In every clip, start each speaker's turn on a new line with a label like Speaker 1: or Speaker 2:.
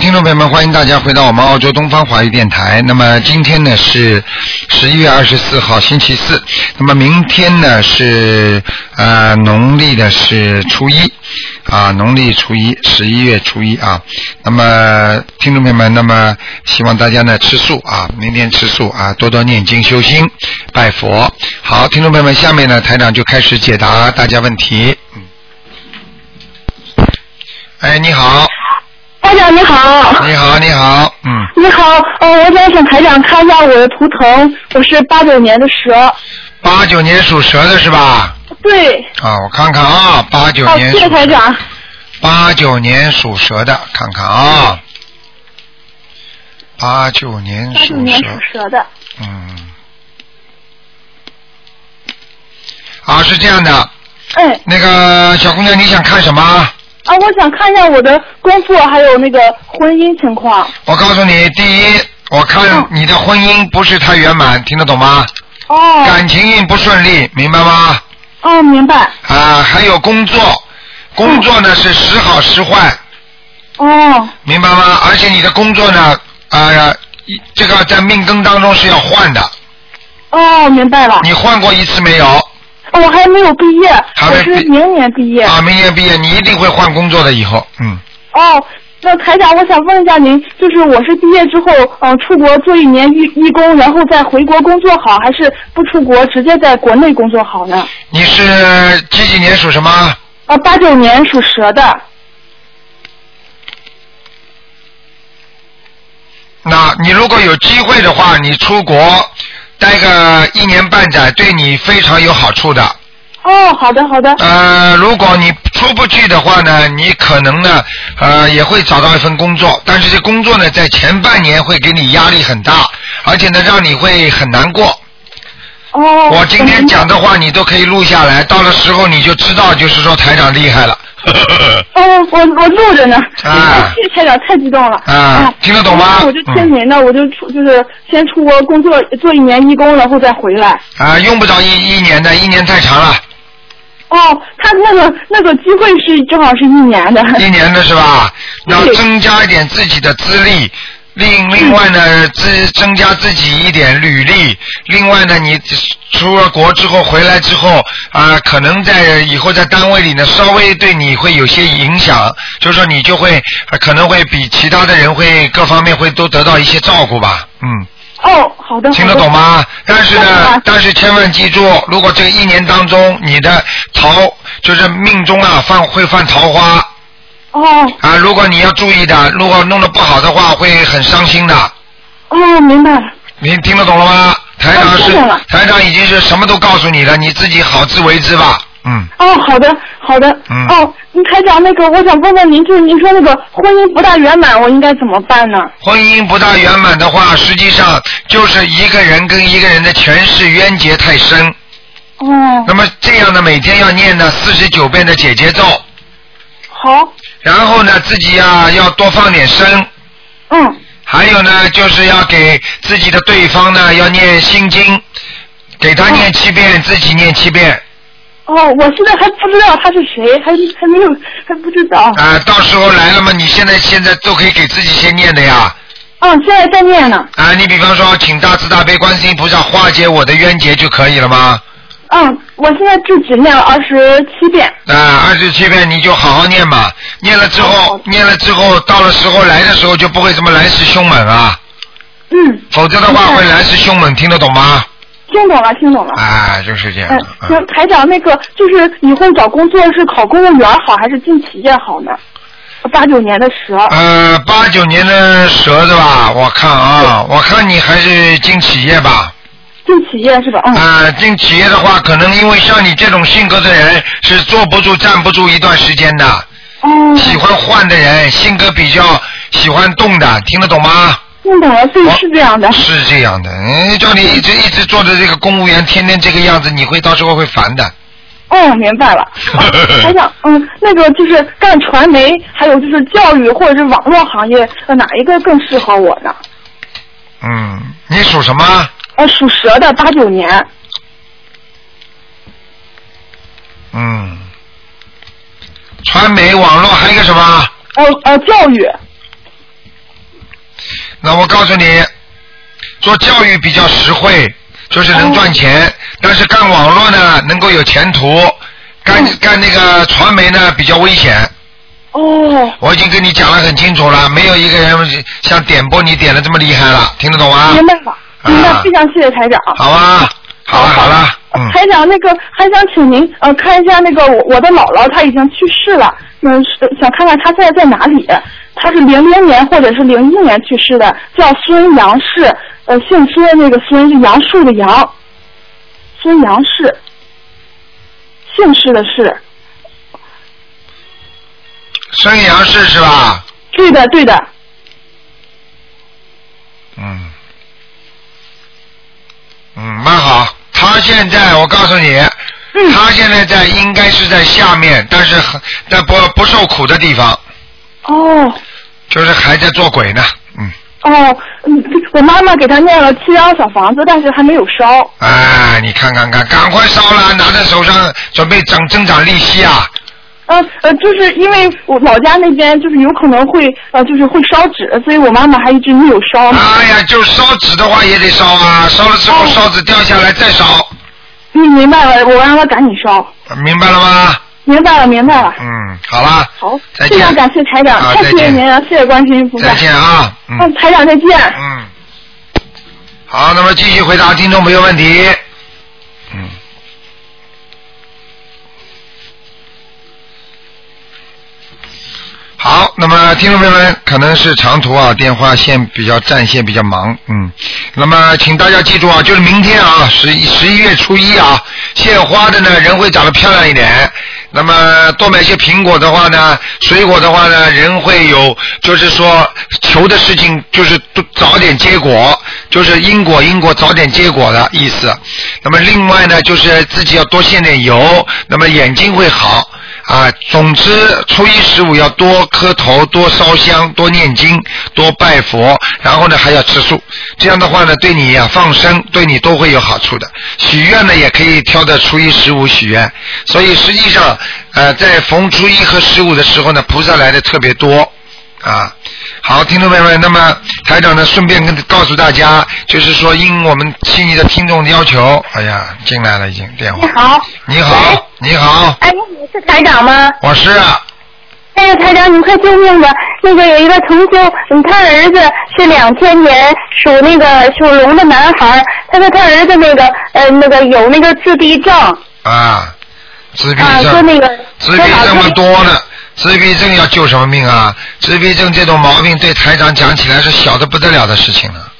Speaker 1: 听众朋友们，欢迎大家回到我们澳洲东方华语电台。那么今天呢是十一月二十四号，星期四。那么明天呢是呃农历的是初一啊，农历初一，十一月初一啊。那么听众朋友们，那么希望大家呢吃素啊，明天吃素啊，多多念经修心拜佛。好，听众朋友们，下面呢台长就开始解答大家问题。嗯。哎，你好。
Speaker 2: 台长你好，
Speaker 1: 你好，你好，嗯，
Speaker 2: 你好，呃，我想请台长看一下我的图腾，我是八九年的蛇，
Speaker 1: 八九年属蛇的是吧？
Speaker 2: 对，
Speaker 1: 啊，我看看啊，八九
Speaker 2: 好，
Speaker 1: 年
Speaker 2: 哦谢谢台
Speaker 1: 属
Speaker 2: 长，
Speaker 1: 八九年属蛇的，看看啊，八九年
Speaker 2: 八
Speaker 1: 属
Speaker 2: 九年属
Speaker 1: 蛇，
Speaker 2: 蛇的，
Speaker 1: 嗯，啊，是这样的，
Speaker 2: 哎，
Speaker 1: 那个小姑娘，你想看什么？
Speaker 2: 啊，我想看一下我的工作还有那个婚姻情况，
Speaker 1: 我告诉你，第一，我看
Speaker 2: 嗯
Speaker 1: 你的婚姻不是太圆满，听得懂吗？
Speaker 2: 哦，
Speaker 1: 感情运不顺利，明白吗？
Speaker 2: 哦，明白，
Speaker 1: 啊，还有工作，工作呢是时好时坏，
Speaker 2: 哦，
Speaker 1: 明白吗？而且你的工作呢，呃，一这个在命根当中是要换的，
Speaker 2: 哦，明白了，
Speaker 1: 你换过一次没有？
Speaker 2: 哦我还没有毕业，
Speaker 1: 还
Speaker 2: 我
Speaker 1: 没毕
Speaker 2: 是明年毕业，
Speaker 1: 啊，明年毕业你一定会换工作的，以后，嗯，
Speaker 2: 哦。那台长，我想问一下您，就是我是毕业之后，嗯、出国做一年义义工，然后再回国工作好，还是不出国直接在国内工作好呢？
Speaker 1: 你是几几年属什么？
Speaker 2: 啊，八九年属蛇的。
Speaker 1: 那你如果有机会的话，你出国待个一年半载，对你非常有好处的。
Speaker 2: 哦，好的好的。
Speaker 1: 呃，如果你出不去的话呢，你可能呢，呃，也会找到一份工作，但是这工作呢，在前半年会给你压力很大，而且呢，让你会很难过。
Speaker 2: 哦。
Speaker 1: 我今天
Speaker 2: 嗯
Speaker 1: 讲。的话，你都可以录下来，到了时候你就知道，就是说台长厉害了。
Speaker 2: 哦，我我录着呢。
Speaker 1: 啊
Speaker 2: 谢谢台长，太激动了。
Speaker 1: 啊
Speaker 2: 哎
Speaker 1: 听得懂吗
Speaker 2: 我就听您的，我就出就是先出国工作做一年义工，然后再回来。
Speaker 1: 啊、用不着一一年的，一年太长了，
Speaker 2: 哦，他那个那个机会是正好是一年的。
Speaker 1: 一年的是吧？要
Speaker 2: 对
Speaker 1: 增加一点自己的资历。另另外
Speaker 2: 嗯
Speaker 1: 呢，自增加自己一点履历。另外呢，你出了国之后回来之后啊、可能在以后在单位里呢，稍微对你会有些影响，就是说你就会、呃可能会比其他的人会各方面会都得到一些照顾吧。嗯，
Speaker 2: 哦，好的。
Speaker 1: 听得
Speaker 2: 好的
Speaker 1: 懂？吗？但是
Speaker 2: 明
Speaker 1: 呢
Speaker 2: 白，
Speaker 1: 但是千万记住，如果这一年当中你的桃就是命中啊犯会犯桃花，
Speaker 2: 哦
Speaker 1: 啊，如果你要注意的，如果弄得不好的话，会很伤心的。
Speaker 2: 哦，明白了。
Speaker 1: 您听得懂了吗？台长
Speaker 2: 哦
Speaker 1: 是、
Speaker 2: 听懂了
Speaker 1: 台长已经是什么都告诉你了，你自己好自为之吧。嗯，
Speaker 2: 哦，好的，好的。
Speaker 1: 嗯
Speaker 2: 哦，台长，那个我想问问您，就是您说那个婚姻不大圆满，我应该怎么办呢？
Speaker 1: 婚姻不大圆满的话，实际上就是一个人跟一个人的前世冤结太深。
Speaker 2: 哦，
Speaker 1: 那么这样呢，每天要念呢四十九遍的解结咒，
Speaker 2: 好，
Speaker 1: 然后呢自己呀、要多放点生，
Speaker 2: 嗯，
Speaker 1: 还有呢就是要给自己的对方呢要念心经，给他念七遍，自己念七遍。
Speaker 2: 哦，我现在还不知道他是谁，还还没有还不知道。
Speaker 1: 啊、到时候来了嘛，你现在现在都可以给自己先念的呀。
Speaker 2: 嗯，现在在念呢。
Speaker 1: 啊、你比方说，请大慈大悲观世音菩萨化解我的冤结就可以了吗？
Speaker 2: 嗯，我现在就只念了二十七遍。
Speaker 1: 啊、二十七遍你就好好念吧，念了之后，念了之后，到了时候来的时候就不会这么来势凶猛啊，
Speaker 2: 嗯，
Speaker 1: 否则的话会来势凶猛，听得懂吗？
Speaker 2: 听懂了，听懂了。
Speaker 1: 啊、就是这样
Speaker 2: 嗯，
Speaker 1: 的。
Speaker 2: 行，
Speaker 1: 嗯
Speaker 2: 台长，那个就是以后找工作是考公务员好还是进企业好呢？八九年的蛇。
Speaker 1: 呃，八九年的蛇是吧？我看啊，我看你还是进企业
Speaker 2: 嗯
Speaker 1: 吧。
Speaker 2: 进企业是吧？嗯。
Speaker 1: 啊，进企业的话，可能因为像你这种性格的人是坐不住、站不住一段时间的，
Speaker 2: 哦，
Speaker 1: 喜欢换的人，性格比较喜欢动的，听得懂吗？哦
Speaker 2: 听懂了，对，是这样的。
Speaker 1: 是这样的，嗯，叫你一直一直做着这个公务员，天天这个样子，你会到时候会烦的。
Speaker 2: 哦，明白了。台长，嗯，那个就是干传媒，还有就是教育或者是网络行业，呃，哪一个更适合我呢？
Speaker 1: 嗯，你属什么？
Speaker 2: 呃，属蛇的，八九年。
Speaker 1: 嗯，传媒、网络还有一个什么？
Speaker 2: 哦呃呃，教育。
Speaker 1: 那我告诉你，做教育比较实惠，就是能赚
Speaker 2: 哦
Speaker 1: 钱，但是干网络呢能够有前途，干、
Speaker 2: 嗯
Speaker 1: 干那个传媒呢比较危险。
Speaker 2: 哦，
Speaker 1: 我已经跟你讲得很清楚了，没有一个人像点拨你点的这么厉害了，听得懂吗？
Speaker 2: 明白了，明白，非常谢谢台长。
Speaker 1: 啊好啊，好了好了，嗯，
Speaker 2: 台长，那个还想请您呃看一下那个我我的姥姥，她已经去世了，嗯，是想看看她现在在哪里？她是零零年或者是零一年去世的，叫孙杨氏，呃，姓孙那个孙是杨树的杨，孙杨氏，姓氏的氏，
Speaker 1: 孙杨氏是吧？
Speaker 2: 对的对的，
Speaker 1: 嗯，嗯，蛮好。他现在，我告诉你，他现在在应该是在下面，但是很但不不受苦的地方，
Speaker 2: 哦
Speaker 1: 就是还在做鬼呢。嗯，
Speaker 2: 哦，嗯，我妈妈给她念了七张小房子，但是还没有烧。
Speaker 1: 哎，你看看看，赶快烧了，拿在手上准备长增长利息啊！
Speaker 2: 呃呃，就是因为我老家那边就是有可能会呃，就是会烧纸，所以我妈妈还一直没有烧。
Speaker 1: 哎呀，就烧纸的话也得烧啊，烧了之后烧纸掉下来再烧，
Speaker 2: 你嗯明白了，我让她赶紧烧。
Speaker 1: 嗯明白了吗？
Speaker 2: 明白了，明白了。
Speaker 1: 嗯，好了，
Speaker 2: 好，
Speaker 1: 再
Speaker 2: 非
Speaker 1: 见
Speaker 2: 常感谢台长，
Speaker 1: 啊
Speaker 2: 太
Speaker 1: 再
Speaker 2: 谢谢
Speaker 1: 见
Speaker 2: 您了，谢谢观世音菩萨
Speaker 1: 再。见啊！嗯
Speaker 2: 嗯，台长再见。
Speaker 1: 嗯，好，那么继续回答听众朋友问题。嗯。好，那么听众朋友们，可能是长途啊，电话线比较占线比较忙，嗯，那么请大家记住啊，就是明天啊，十一十一月初一啊，献花的呢人会长得漂亮一点，那么多买些苹果的话呢，水果的话呢，人会有，就是说求的事情就是都早点结果，就是因果因果早点结果的意思。那么另外呢，就是自己要多献点油，那么眼睛会好。啊，总之初一十五要多磕头、多烧香、多念经、多拜佛，然后呢还要吃素。这样的话呢，对你呀、放生，对你都会有好处的。许愿呢也可以挑在初一十五许愿，所以实际上，呃，在逢初一和十五的时候呢，菩萨来的特别多。啊，好，听众朋友们，那么台长呢，顺便跟告诉大家，就是说，应我们悉尼的听众要求，哎呀，进来了已经电话
Speaker 3: 你。好，
Speaker 1: 你好，你好，
Speaker 3: 哎，你是台长吗？
Speaker 1: 我是啊。
Speaker 3: 哎呀，台长，你快救命吧！那个有一个同修，嗯，他儿子是两千年属那个属龙的男孩，他说他儿子那个呃那个有那个自闭症啊，
Speaker 1: 啊，自闭
Speaker 3: 说
Speaker 1: 症，
Speaker 3: 那个
Speaker 1: 自闭
Speaker 3: 说老
Speaker 1: 症
Speaker 3: 师
Speaker 1: 嘛多呢，自闭症要救什么命啊？自闭症这种毛病对台长讲起来是小的不得了的事情了。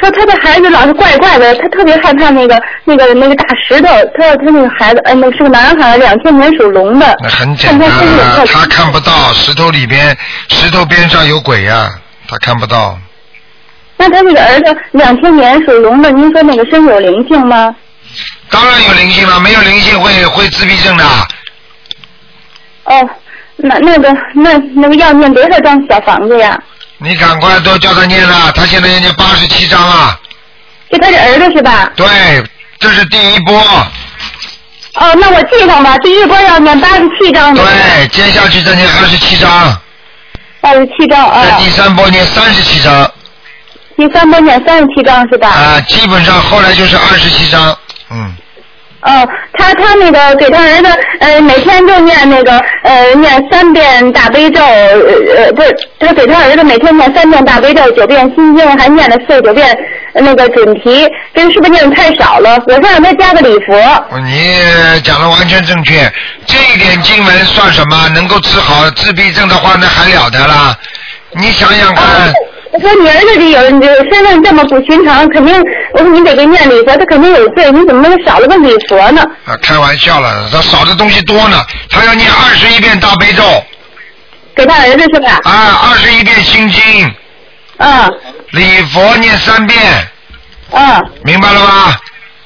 Speaker 3: 说他的孩子老是怪怪的，他特别害怕那个那个那个大石头。他他那个孩子，呃，那个是个男孩，两千年属龙的。
Speaker 1: 那很简单
Speaker 3: 看他身体
Speaker 1: 啊
Speaker 3: 有，
Speaker 1: 他看不到石头里边，石头边上有鬼呀、他看不到。
Speaker 3: 那他这个儿子两千年属龙的，您说那个身有灵性吗？
Speaker 1: 当然有灵性了，没有灵性会会自闭症的。
Speaker 3: 哦，那那个那那个要念多少张小房子呀？
Speaker 1: 你赶快都叫他念了，他现在念八十七章啊。
Speaker 3: 就他这儿子是吧？
Speaker 1: 对，这是第一波。
Speaker 3: 哦，那我记上吧，第一波要念八十七张的，
Speaker 1: 对，接下去再念二十七章，
Speaker 3: 八十七张啊
Speaker 1: 在，第三波念三十七章。
Speaker 3: 第三波念三十七张是吧？
Speaker 1: 啊，基本上后来就是二十七章。嗯，
Speaker 3: 哦，他他那个给他儿子，呃，每天就念那个，呃，念三遍大悲咒，呃呃，不是，他给他儿子每天念三遍大悲咒，九遍心经，还念了四十九遍呃那个准提，这个是不是念的太少了？我说让他加个礼佛。
Speaker 1: 哦你讲的完全正确，这一点经文算什么？能够治好自闭症的话，那还了得啦！你想想看
Speaker 3: 啊，，我说你儿子这有你这身份这么不寻常，肯定，我说你得给念礼佛，他肯定有罪，你怎么能少了个礼佛呢？
Speaker 1: 啊，开玩笑了，他少的东西多呢。他要念二十一遍大悲咒，
Speaker 3: 给他儿子是吧？
Speaker 1: 啊，二十一遍心经，
Speaker 3: 嗯
Speaker 1: 礼佛念三遍，
Speaker 3: 嗯，
Speaker 1: 明白了吗？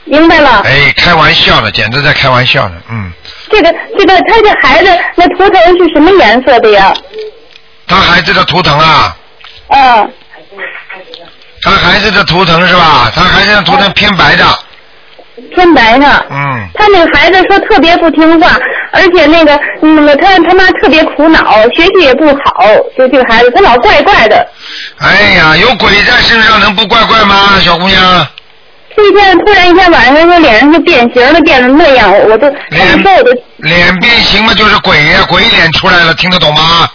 Speaker 3: 明白了。
Speaker 1: 哎，开玩笑了，简直在开玩笑呢。嗯，
Speaker 3: 这个这个，他这孩子那图腾是什么颜色的呀？
Speaker 1: 他孩子的图腾啊，
Speaker 3: 嗯，
Speaker 1: 他孩子的图腾是吧？他孩子的图腾偏白的。
Speaker 3: 天白上。
Speaker 1: 嗯，
Speaker 3: 他那个孩子说特别不听话，而且那个嗯，他他妈特别苦恼，学习也不好，就这个孩子他老怪怪的。
Speaker 1: 哎呀，有鬼在身上能不怪怪吗，小姑娘？
Speaker 3: 这一天突然一天晚上，他脸上就变形了，变得那样，我我就
Speaker 1: 脸
Speaker 3: 我说我就
Speaker 1: 脸变形嘛，就是鬼呀，鬼脸出来了，听得懂吗？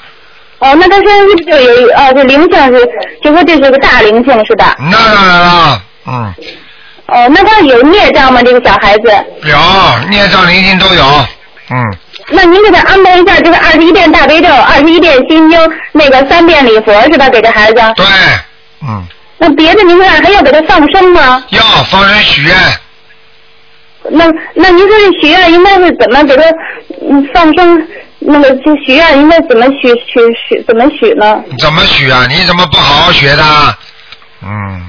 Speaker 3: 哦，那他身上是不是就有一哦，这灵性是就说这是个大灵性是吧？
Speaker 1: 那当然了，嗯，
Speaker 3: 哦，那他有孽障吗？这个小孩子？
Speaker 1: 有孽障灵性都有，嗯，
Speaker 3: 那您给他安排一下，就是二十一遍大悲咒，二十一遍心经，那个三遍礼佛是吧？给这孩子。
Speaker 1: 对，嗯，
Speaker 3: 那别的您说还要给他放生吗？
Speaker 1: 要放生许愿，
Speaker 3: 那那您说这许愿应该是怎么给他嗯放生？那个这许愿应该怎么许许许怎么许呢？
Speaker 1: 怎么许啊？你怎么不好好学的？嗯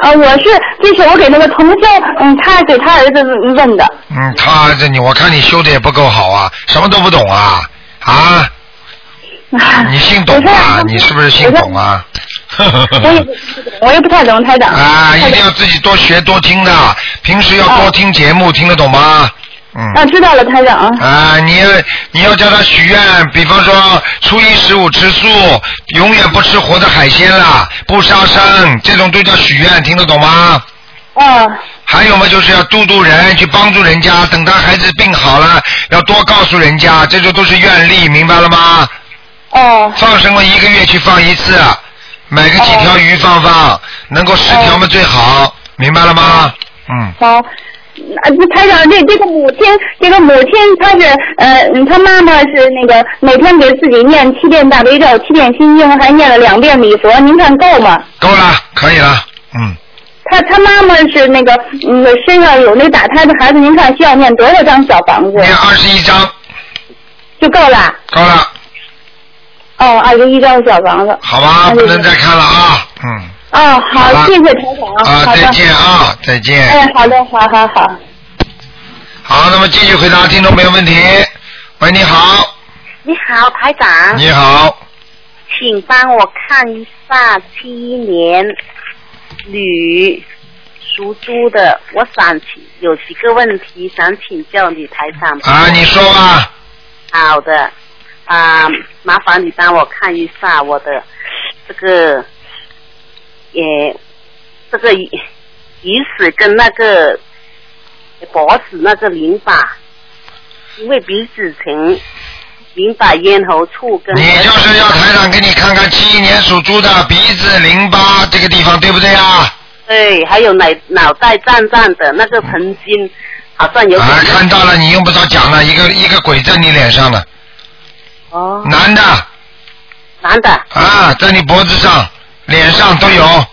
Speaker 3: 啊，我是这是我给那个同修，嗯，他给他儿子问的。
Speaker 1: 嗯，他这你我看你修的也不够好啊，什么都不懂啊啊！你姓董啊？你是不是姓董啊？
Speaker 3: 我也我也不太懂台长。
Speaker 1: 啊，
Speaker 3: 太
Speaker 1: 一
Speaker 3: 懂
Speaker 1: 定要自己多学多听的，平时要多听节目，听得懂吗？嗯。
Speaker 3: 啊，知道了，台长。
Speaker 1: 啊，你要你要叫他许愿，比方说初一十五吃素，永远不吃活的海鲜啦，不杀生，这种都叫许愿，听得懂吗？
Speaker 3: 啊
Speaker 1: 还有嘛，就是要度度人，去帮助人家。等他孩子病好了，要多告诉人家，这就都是愿力，明白了吗？
Speaker 3: 哦
Speaker 1: 放生嘛，一个月去放一次，买个几条鱼放放，能够十条嘛最
Speaker 3: 哦
Speaker 1: 好，明白了吗？嗯，
Speaker 3: 好。啊，这台长，这这个母亲，这个母亲她是呃，嗯她妈妈是那个每天给自己念七遍大悲咒，七遍心经，还念了两遍礼佛，您看够吗？
Speaker 1: 够了，可以了，嗯，
Speaker 3: 她她妈妈是那个嗯身上有那打胎的孩子，您看需要念多少张小房子
Speaker 1: 念二十一章，
Speaker 3: 就够了？
Speaker 1: 够了，
Speaker 3: 哦，二十一张小房子。
Speaker 1: 好吧，
Speaker 3: 那就
Speaker 1: 不
Speaker 3: 是
Speaker 1: 能再看了啊，嗯，
Speaker 3: 哦，
Speaker 1: 好了
Speaker 3: 好，谢谢台长。
Speaker 1: 啊，
Speaker 3: 好的
Speaker 1: 再。见啊，再见，
Speaker 3: 哎，好的，好好好。
Speaker 1: 好，那么继续回答听众朋友问题。喂，你好，
Speaker 4: 你好，台长，
Speaker 1: 你好，
Speaker 4: 请帮我看一下七一年女属猪的，我想起有几个问题想请教你台长。
Speaker 1: 啊，你说吧，
Speaker 4: 好的，啊，麻烦你帮我看一下我的这个，也这个鱼鱼死跟那个脖子那个淋巴，因为鼻子疼，淋巴咽喉处跟
Speaker 1: 你就是要台长给你看看七一年属猪的鼻子淋巴这个地方对不对啊？
Speaker 4: 对，还有脑脑袋胀胀的那个thần经，好像有点、
Speaker 1: 啊，看到了，你用不着讲了，一个一个鬼在你脸上了，
Speaker 3: 嗯
Speaker 4: 哦，
Speaker 1: 男的
Speaker 4: 男的
Speaker 1: 啊，在你脖子上、脸上都有。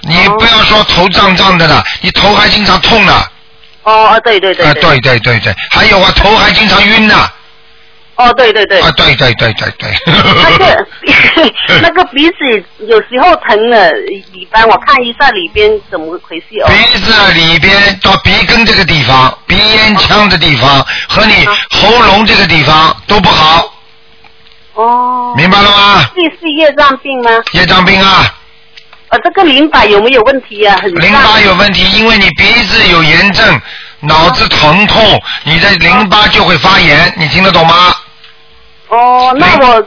Speaker 1: 你
Speaker 4: 哦
Speaker 1: 不要说头胀胀的了，你头还经常痛呢。
Speaker 4: 哦哦对对对
Speaker 1: 啊，
Speaker 4: 对，
Speaker 1: 对对对对，还有啊，头还经常晕呢。
Speaker 4: 哦对对对，
Speaker 1: 啊，对对对对对。
Speaker 4: 那个那个鼻子有时候疼了，你帮我看一下里边怎么回事哦？
Speaker 1: 鼻子里边到鼻根这个地方、鼻咽腔的地方和你喉咙这个地方都不好，
Speaker 4: 哦，
Speaker 1: 明白了吗？
Speaker 4: 这是业障病吗？
Speaker 1: 业障病啊，
Speaker 4: 呃、这个淋巴有没有问题呀、很大
Speaker 1: 淋巴有问题，因为你鼻子有炎症，脑子疼痛，你的淋巴就会发炎，你听得懂吗？
Speaker 4: 哦，那我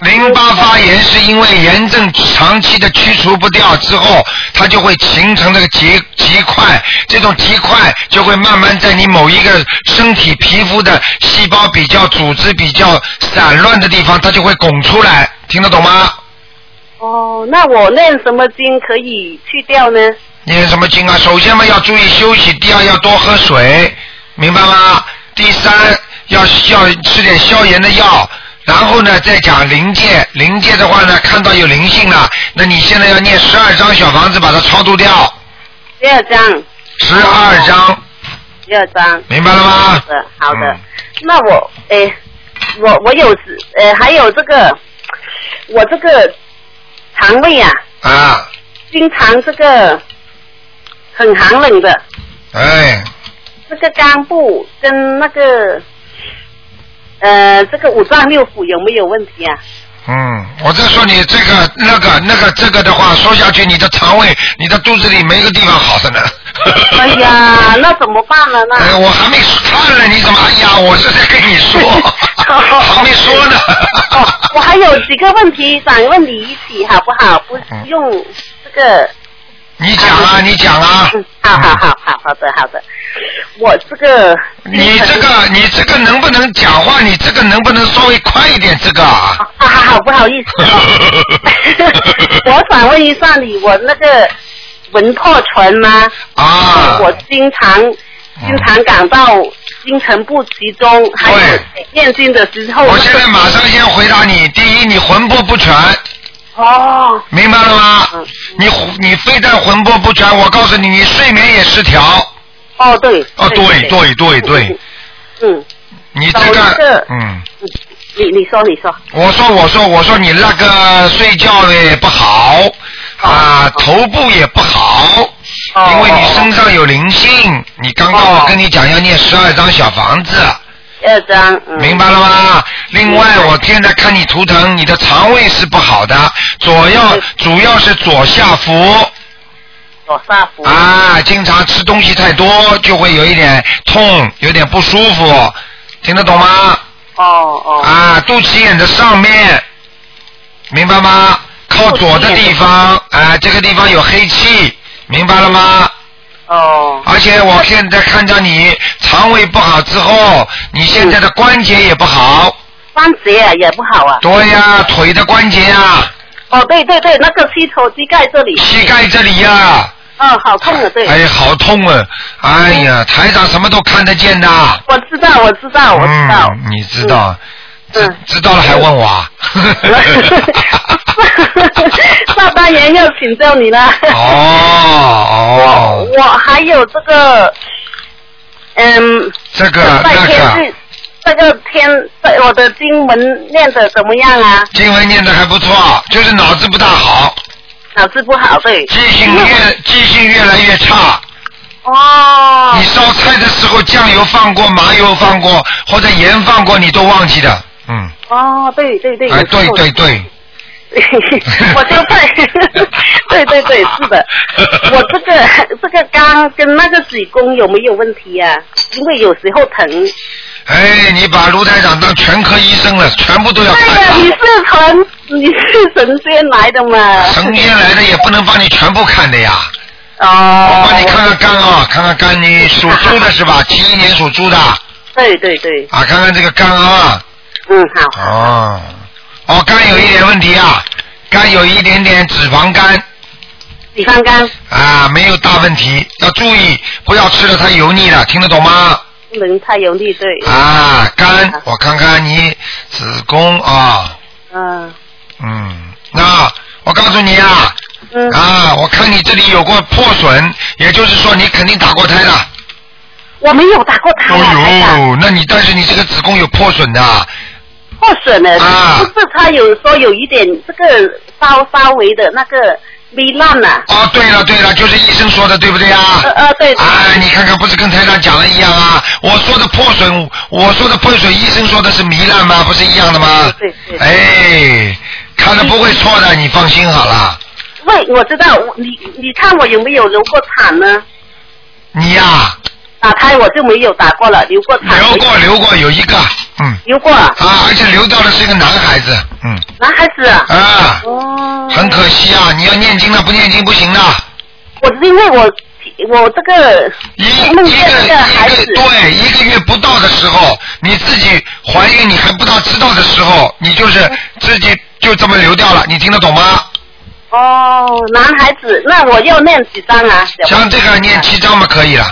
Speaker 1: 淋巴发炎是因为炎症长期的驱除不掉之后，它就会形成那个结结块，这种结块就会慢慢在你某一个身体皮肤的细胞比较组织比较散乱的地方，它就会拱出来，听得懂吗？
Speaker 4: 哦，那我念什么经可以去掉呢？
Speaker 1: 念什么经啊？首先嘛要注意休息，第二要多喝水，明白吗？第三要要吃点消炎的药，然后呢再讲灵界，灵界的话呢看到有灵性了，那你现在要念十二张小房子把它超度掉，
Speaker 4: 第二张，
Speaker 1: 十二张，
Speaker 4: 第二张。
Speaker 1: 明白了
Speaker 4: 好
Speaker 1: 吗？
Speaker 4: 的，好的
Speaker 1: 嗯。
Speaker 4: 那我，哎，我我有时，呃，还有这个，我这个肠胃啊，
Speaker 1: 啊，
Speaker 4: 经常这个很寒冷的，
Speaker 1: 哎，
Speaker 4: 这个肝部 跟那个，呃，这个五脏六腑有没有问题啊？
Speaker 1: 嗯，我再说你这个那个那个这个的话，说下去你的肠胃、你的肚子里没一个地方好着呢。
Speaker 4: 哎呀，那怎么办呢？那
Speaker 1: 哎，我还没看呢，你怎么？哎呀，我是在跟 你说，还没说呢。
Speaker 4: 哦，我还有几个问题想问你一起好不好？不
Speaker 1: 嗯
Speaker 4: 用这个。
Speaker 1: 你讲啊，你讲啊。
Speaker 4: 嗯，好好好好好的好 的，我这个
Speaker 1: 你这个，你这个能不能讲话？你这个能不能稍微快一点？这个啊，
Speaker 4: 啊，好好不好意思啊，我想问一下你，我那个魂魄存吗？
Speaker 1: 啊嗯
Speaker 4: 我经常经常感到心神不集中，还有念经的时候，
Speaker 1: 我现在马上先回答 你。第一，你魂魄不全，
Speaker 4: 哦，
Speaker 1: 明白了吗
Speaker 4: 嗯？
Speaker 1: 你你非但魂魄不全，我告诉你，你睡眠也失调。
Speaker 4: 哦对，
Speaker 1: 哦，对对对对，，
Speaker 4: 嗯，
Speaker 1: 你这
Speaker 4: 找一
Speaker 1: 个
Speaker 4: 个，
Speaker 1: 嗯，
Speaker 4: 你你说你说，
Speaker 1: 我说我说我说你那个睡觉的也不好啊，头部也不好，
Speaker 4: 哦
Speaker 1: 因为你身上有灵性。你刚刚我跟你讲要念十二张小房子，
Speaker 4: 二张，嗯
Speaker 1: 明白了吗？另外，我现在看你图腾，你的肠胃是不好的，左要主要是左下腹
Speaker 4: 左下腹，
Speaker 1: 啊，经常吃东西太多就会有一点痛，有点不舒服，听得懂吗？
Speaker 4: 哦哦，
Speaker 1: 啊，肚脐眼的上面，明白吗？靠左的地方，啊，这个地方有黑气，明白了吗？
Speaker 4: 哦，
Speaker 1: 而且我现在看到你肠胃不好之后，你现在的关节也不好，
Speaker 4: 关节也不好啊，
Speaker 1: 对呀、腿的关节啊，
Speaker 4: 哦对对对，那个膝头膝盖这里，
Speaker 1: 膝盖这里呀、
Speaker 4: 嗯，好痛啊，对，
Speaker 1: 哎，好痛啊！哎呀，台长什么都看得见的。
Speaker 4: 我知道我知道我知道，
Speaker 1: 嗯，你知道，
Speaker 4: 嗯
Speaker 1: 知知道了还问我啊？
Speaker 4: 下单元要请教你了。
Speaker 1: 哦哦，
Speaker 4: 我还有这个，嗯，
Speaker 1: 这个
Speaker 4: 拜
Speaker 1: 那
Speaker 4: 天
Speaker 1: 个
Speaker 4: 是这个天，对我的经文念的怎么样啊？
Speaker 1: 经文念的还不错，就是脑子不大好，
Speaker 4: 脑子不好，对。
Speaker 1: 记性越记性越来越差。
Speaker 4: 哦
Speaker 1: 你烧菜的时候酱油放过，麻油放过，或者盐放过，你都忘记的。嗯，
Speaker 4: 哦，对对对，
Speaker 1: 哎，
Speaker 4: 有时候
Speaker 1: 对对对，
Speaker 4: 我就在， 对对 对，是的，我这个这个肝跟那个子宫有没有问题啊？因为有时候疼。
Speaker 1: 哎，你把卢台长当全科医生了，全部都要
Speaker 4: 对
Speaker 1: 看
Speaker 4: 呀、你
Speaker 1: 的。
Speaker 4: 是从你是神仙来的 嘛？
Speaker 1: 神仙来的也不能帮你全部看的呀，
Speaker 4: 哦
Speaker 1: 我，帮你看看肝啊，看看肝，你属猪的是吧？七一年属猪的啊，
Speaker 4: 对对对，
Speaker 1: 看看这个肝啊。
Speaker 4: 嗯好，
Speaker 1: 哦，哦，肝有一点问题啊，肝有一点点脂肪肝
Speaker 4: 比方刚
Speaker 1: 啊，没有大问题，要注意不要吃的太油腻了，听得懂吗？
Speaker 4: 不能太油腻，对，
Speaker 1: 啊，肝，我看看你子宫啊，
Speaker 4: 嗯
Speaker 1: 嗯，那我告诉你啊，
Speaker 4: 嗯，
Speaker 1: 啊，我看你这里有过破损，也就是说你肯定打过胎了。哦
Speaker 4: 我没有打过胎啊，台长
Speaker 1: 呦，那你但是你这个子宫有破损的
Speaker 4: 破损了，
Speaker 1: 啊
Speaker 4: 不是他有说有一点这个稍稍微的那个糜烂啊呐，
Speaker 1: 哦，对了对了，就是医生说的，对不对啊？
Speaker 4: 呃呃对对
Speaker 1: 哎，你看看，不是跟台长讲的一样啊？我说的破损，我说的破损，医生说的是糜烂吗？不是一样的吗？
Speaker 4: 对对对
Speaker 1: 哎，看了不会错的，你放心好了。
Speaker 4: 喂，我知道，我你你看我有没有流过产呢？
Speaker 1: 你呀、
Speaker 4: 打胎我就没有打过了，流过产
Speaker 1: 留过留过有一个，嗯，
Speaker 4: 流过啊
Speaker 1: 啊，而且留到的是一个男孩子，嗯，
Speaker 4: 男孩子啊，
Speaker 1: 啊，
Speaker 4: 哦，
Speaker 1: 很可惜啊，你要念经的，不念经不行的。
Speaker 4: 我是因为我我这个
Speaker 1: 一一个
Speaker 4: 梦
Speaker 1: 一
Speaker 4: 见那
Speaker 1: 个
Speaker 4: 个孩子，
Speaker 1: 对一个月不到的时候，你自己怀孕你还不大知道的时候，你就是自己就这么流掉了，你听得懂吗？
Speaker 4: 哦，男孩子，那我要念几张啊？
Speaker 1: 像这个念七章嘛可以了，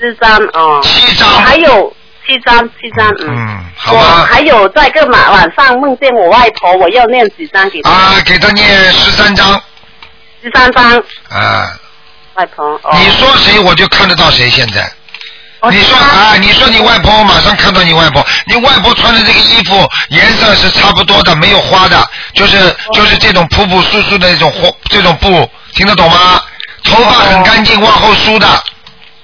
Speaker 4: 四张哦，
Speaker 1: 七
Speaker 4: 我
Speaker 1: 章。
Speaker 4: 还有七张，七张，嗯，
Speaker 1: 嗯，好
Speaker 4: 我
Speaker 1: 吧。
Speaker 4: 还有在个晚晚上梦见我外婆，我要念几张给她？
Speaker 1: 啊，给他念十三章
Speaker 4: 十三张，
Speaker 1: 啊！
Speaker 4: 外婆，哦，
Speaker 1: 你说谁我就看得到谁。现在
Speaker 4: 哦
Speaker 1: 你说
Speaker 4: 13
Speaker 1: 啊，你说你外婆，我马上看到你外婆。你外婆穿的这个衣服颜色是差不多的，没有花的，
Speaker 4: 哦
Speaker 1: 就是就是这种朴朴素素的那种花，这种布，听得懂吗？头发很干净，往后梳的啊，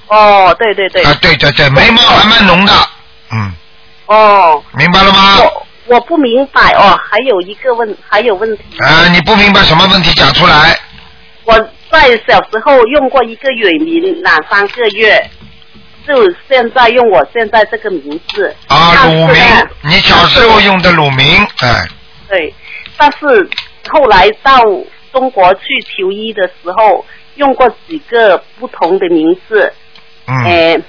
Speaker 4: 哦，对对对，
Speaker 1: 对对对，眉毛还蛮浓的，嗯，
Speaker 4: 哦，
Speaker 1: 明白了吗？
Speaker 4: 我我不明白哦，还有一个问，还有问题，
Speaker 1: 啊，你不明白什么问题讲出来。
Speaker 4: 我在小时候用过一个原名两三个月，就现在用我现在这个名字。
Speaker 1: 啊，
Speaker 4: 但是
Speaker 1: 乳
Speaker 4: 呢
Speaker 1: 名，你小时候用的乳名，哎，
Speaker 4: 对，但是后来到中国去求医的时候，用过几个不同的名字，
Speaker 1: 嗯，
Speaker 4: 哎、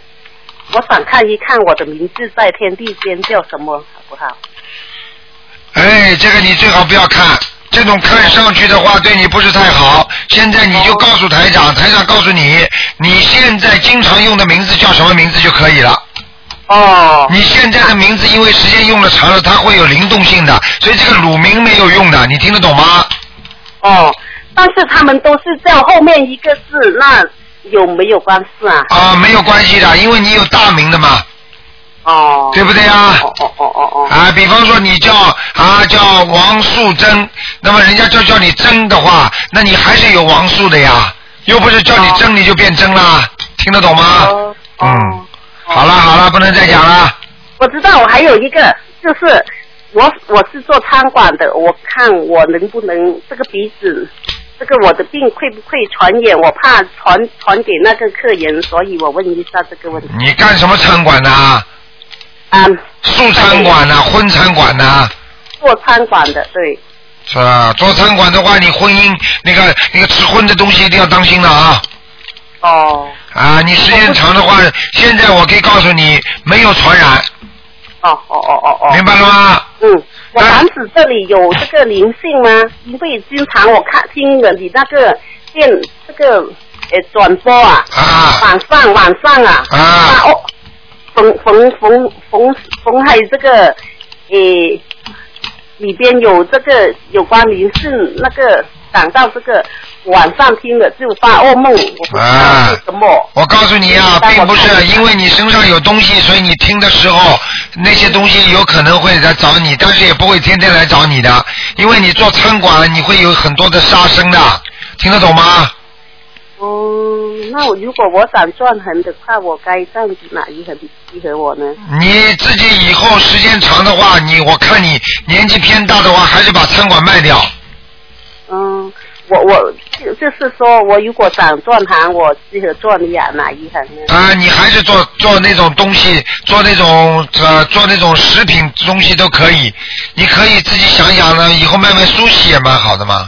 Speaker 4: 我想看一看我的名字在天地间叫什么，好不好？
Speaker 1: 哎，这个你最好不要看，这种看上去的话对你不是太好。现在你就告诉台长，台长告诉你，你现在经常用的名字叫什么名字就可以了。
Speaker 4: 哦，
Speaker 1: 你现在的名字因为时间用的长了，它会有灵动性的，所以这个乳名没有用的，你听得懂吗？
Speaker 4: 哦，但是他们都是叫后面一个字，那有没有关系啊？
Speaker 1: 啊，没有关系的，因为你有大名的嘛，
Speaker 4: 哦，
Speaker 1: 对不对啊？
Speaker 4: 哦哦哦哦哦，
Speaker 1: 啊，比方说你叫啊叫王素贞，那么人家就叫你贞的话，那你还是有王素的呀，又不是叫你贞你就变贞啦，听得懂吗？
Speaker 4: 哦
Speaker 1: 嗯
Speaker 4: 哦，
Speaker 1: 好了好了，不能再讲了。
Speaker 4: 我知道，我还有一个就是。我我是做餐馆的，我看我能不能这个鼻子，这个我的病会不会传染？我怕传传给那个客人，所以我问一下这个问题。
Speaker 1: 你干什么餐馆呐、
Speaker 4: 啊、
Speaker 1: 素餐馆呐、荤餐馆呐、
Speaker 4: 做餐馆的，对，
Speaker 1: 是吧？做餐馆的话，你婚姻那个那个吃荤的东西一定要当心了啊！
Speaker 4: 哦
Speaker 1: 啊，你时间长的话，现在我可以告诉你，没有传染，
Speaker 4: 哦哦哦哦哦，
Speaker 1: 明白了吗？
Speaker 4: 嗯，我房子这里有这个灵性吗？因为经常我看听了你那个电这个呃转播啊，
Speaker 1: 啊
Speaker 4: 晚上晚上啊，
Speaker 1: 啊
Speaker 4: 那哦，逢逢逢逢逢还这个呃里边有这个有关灵性那个讲到这个晚上听了就发噩梦，我不知道是什么。
Speaker 1: 啊我告诉你啊，并不是因为你身上有东西，所以你听的时候那些东西有可能会来找你，但是也不会天天来找你的，因为你做餐馆了，你会有很多的杀生的，听得懂吗？
Speaker 4: 嗯，那我如果我想转行的话，我该这样子哪一行适合我呢？
Speaker 1: 你自己以后时间长的话，你我看你年纪偏大的话，还是把餐馆卖掉。
Speaker 4: 嗯，我我就就是说我如果想转行，我适合转哪哪一行呢？
Speaker 1: 啊、你还是做做那种东西，做那种呃做那种食品东西都可以。你可以自己想想呢，以后卖卖苏西也蛮好的嘛。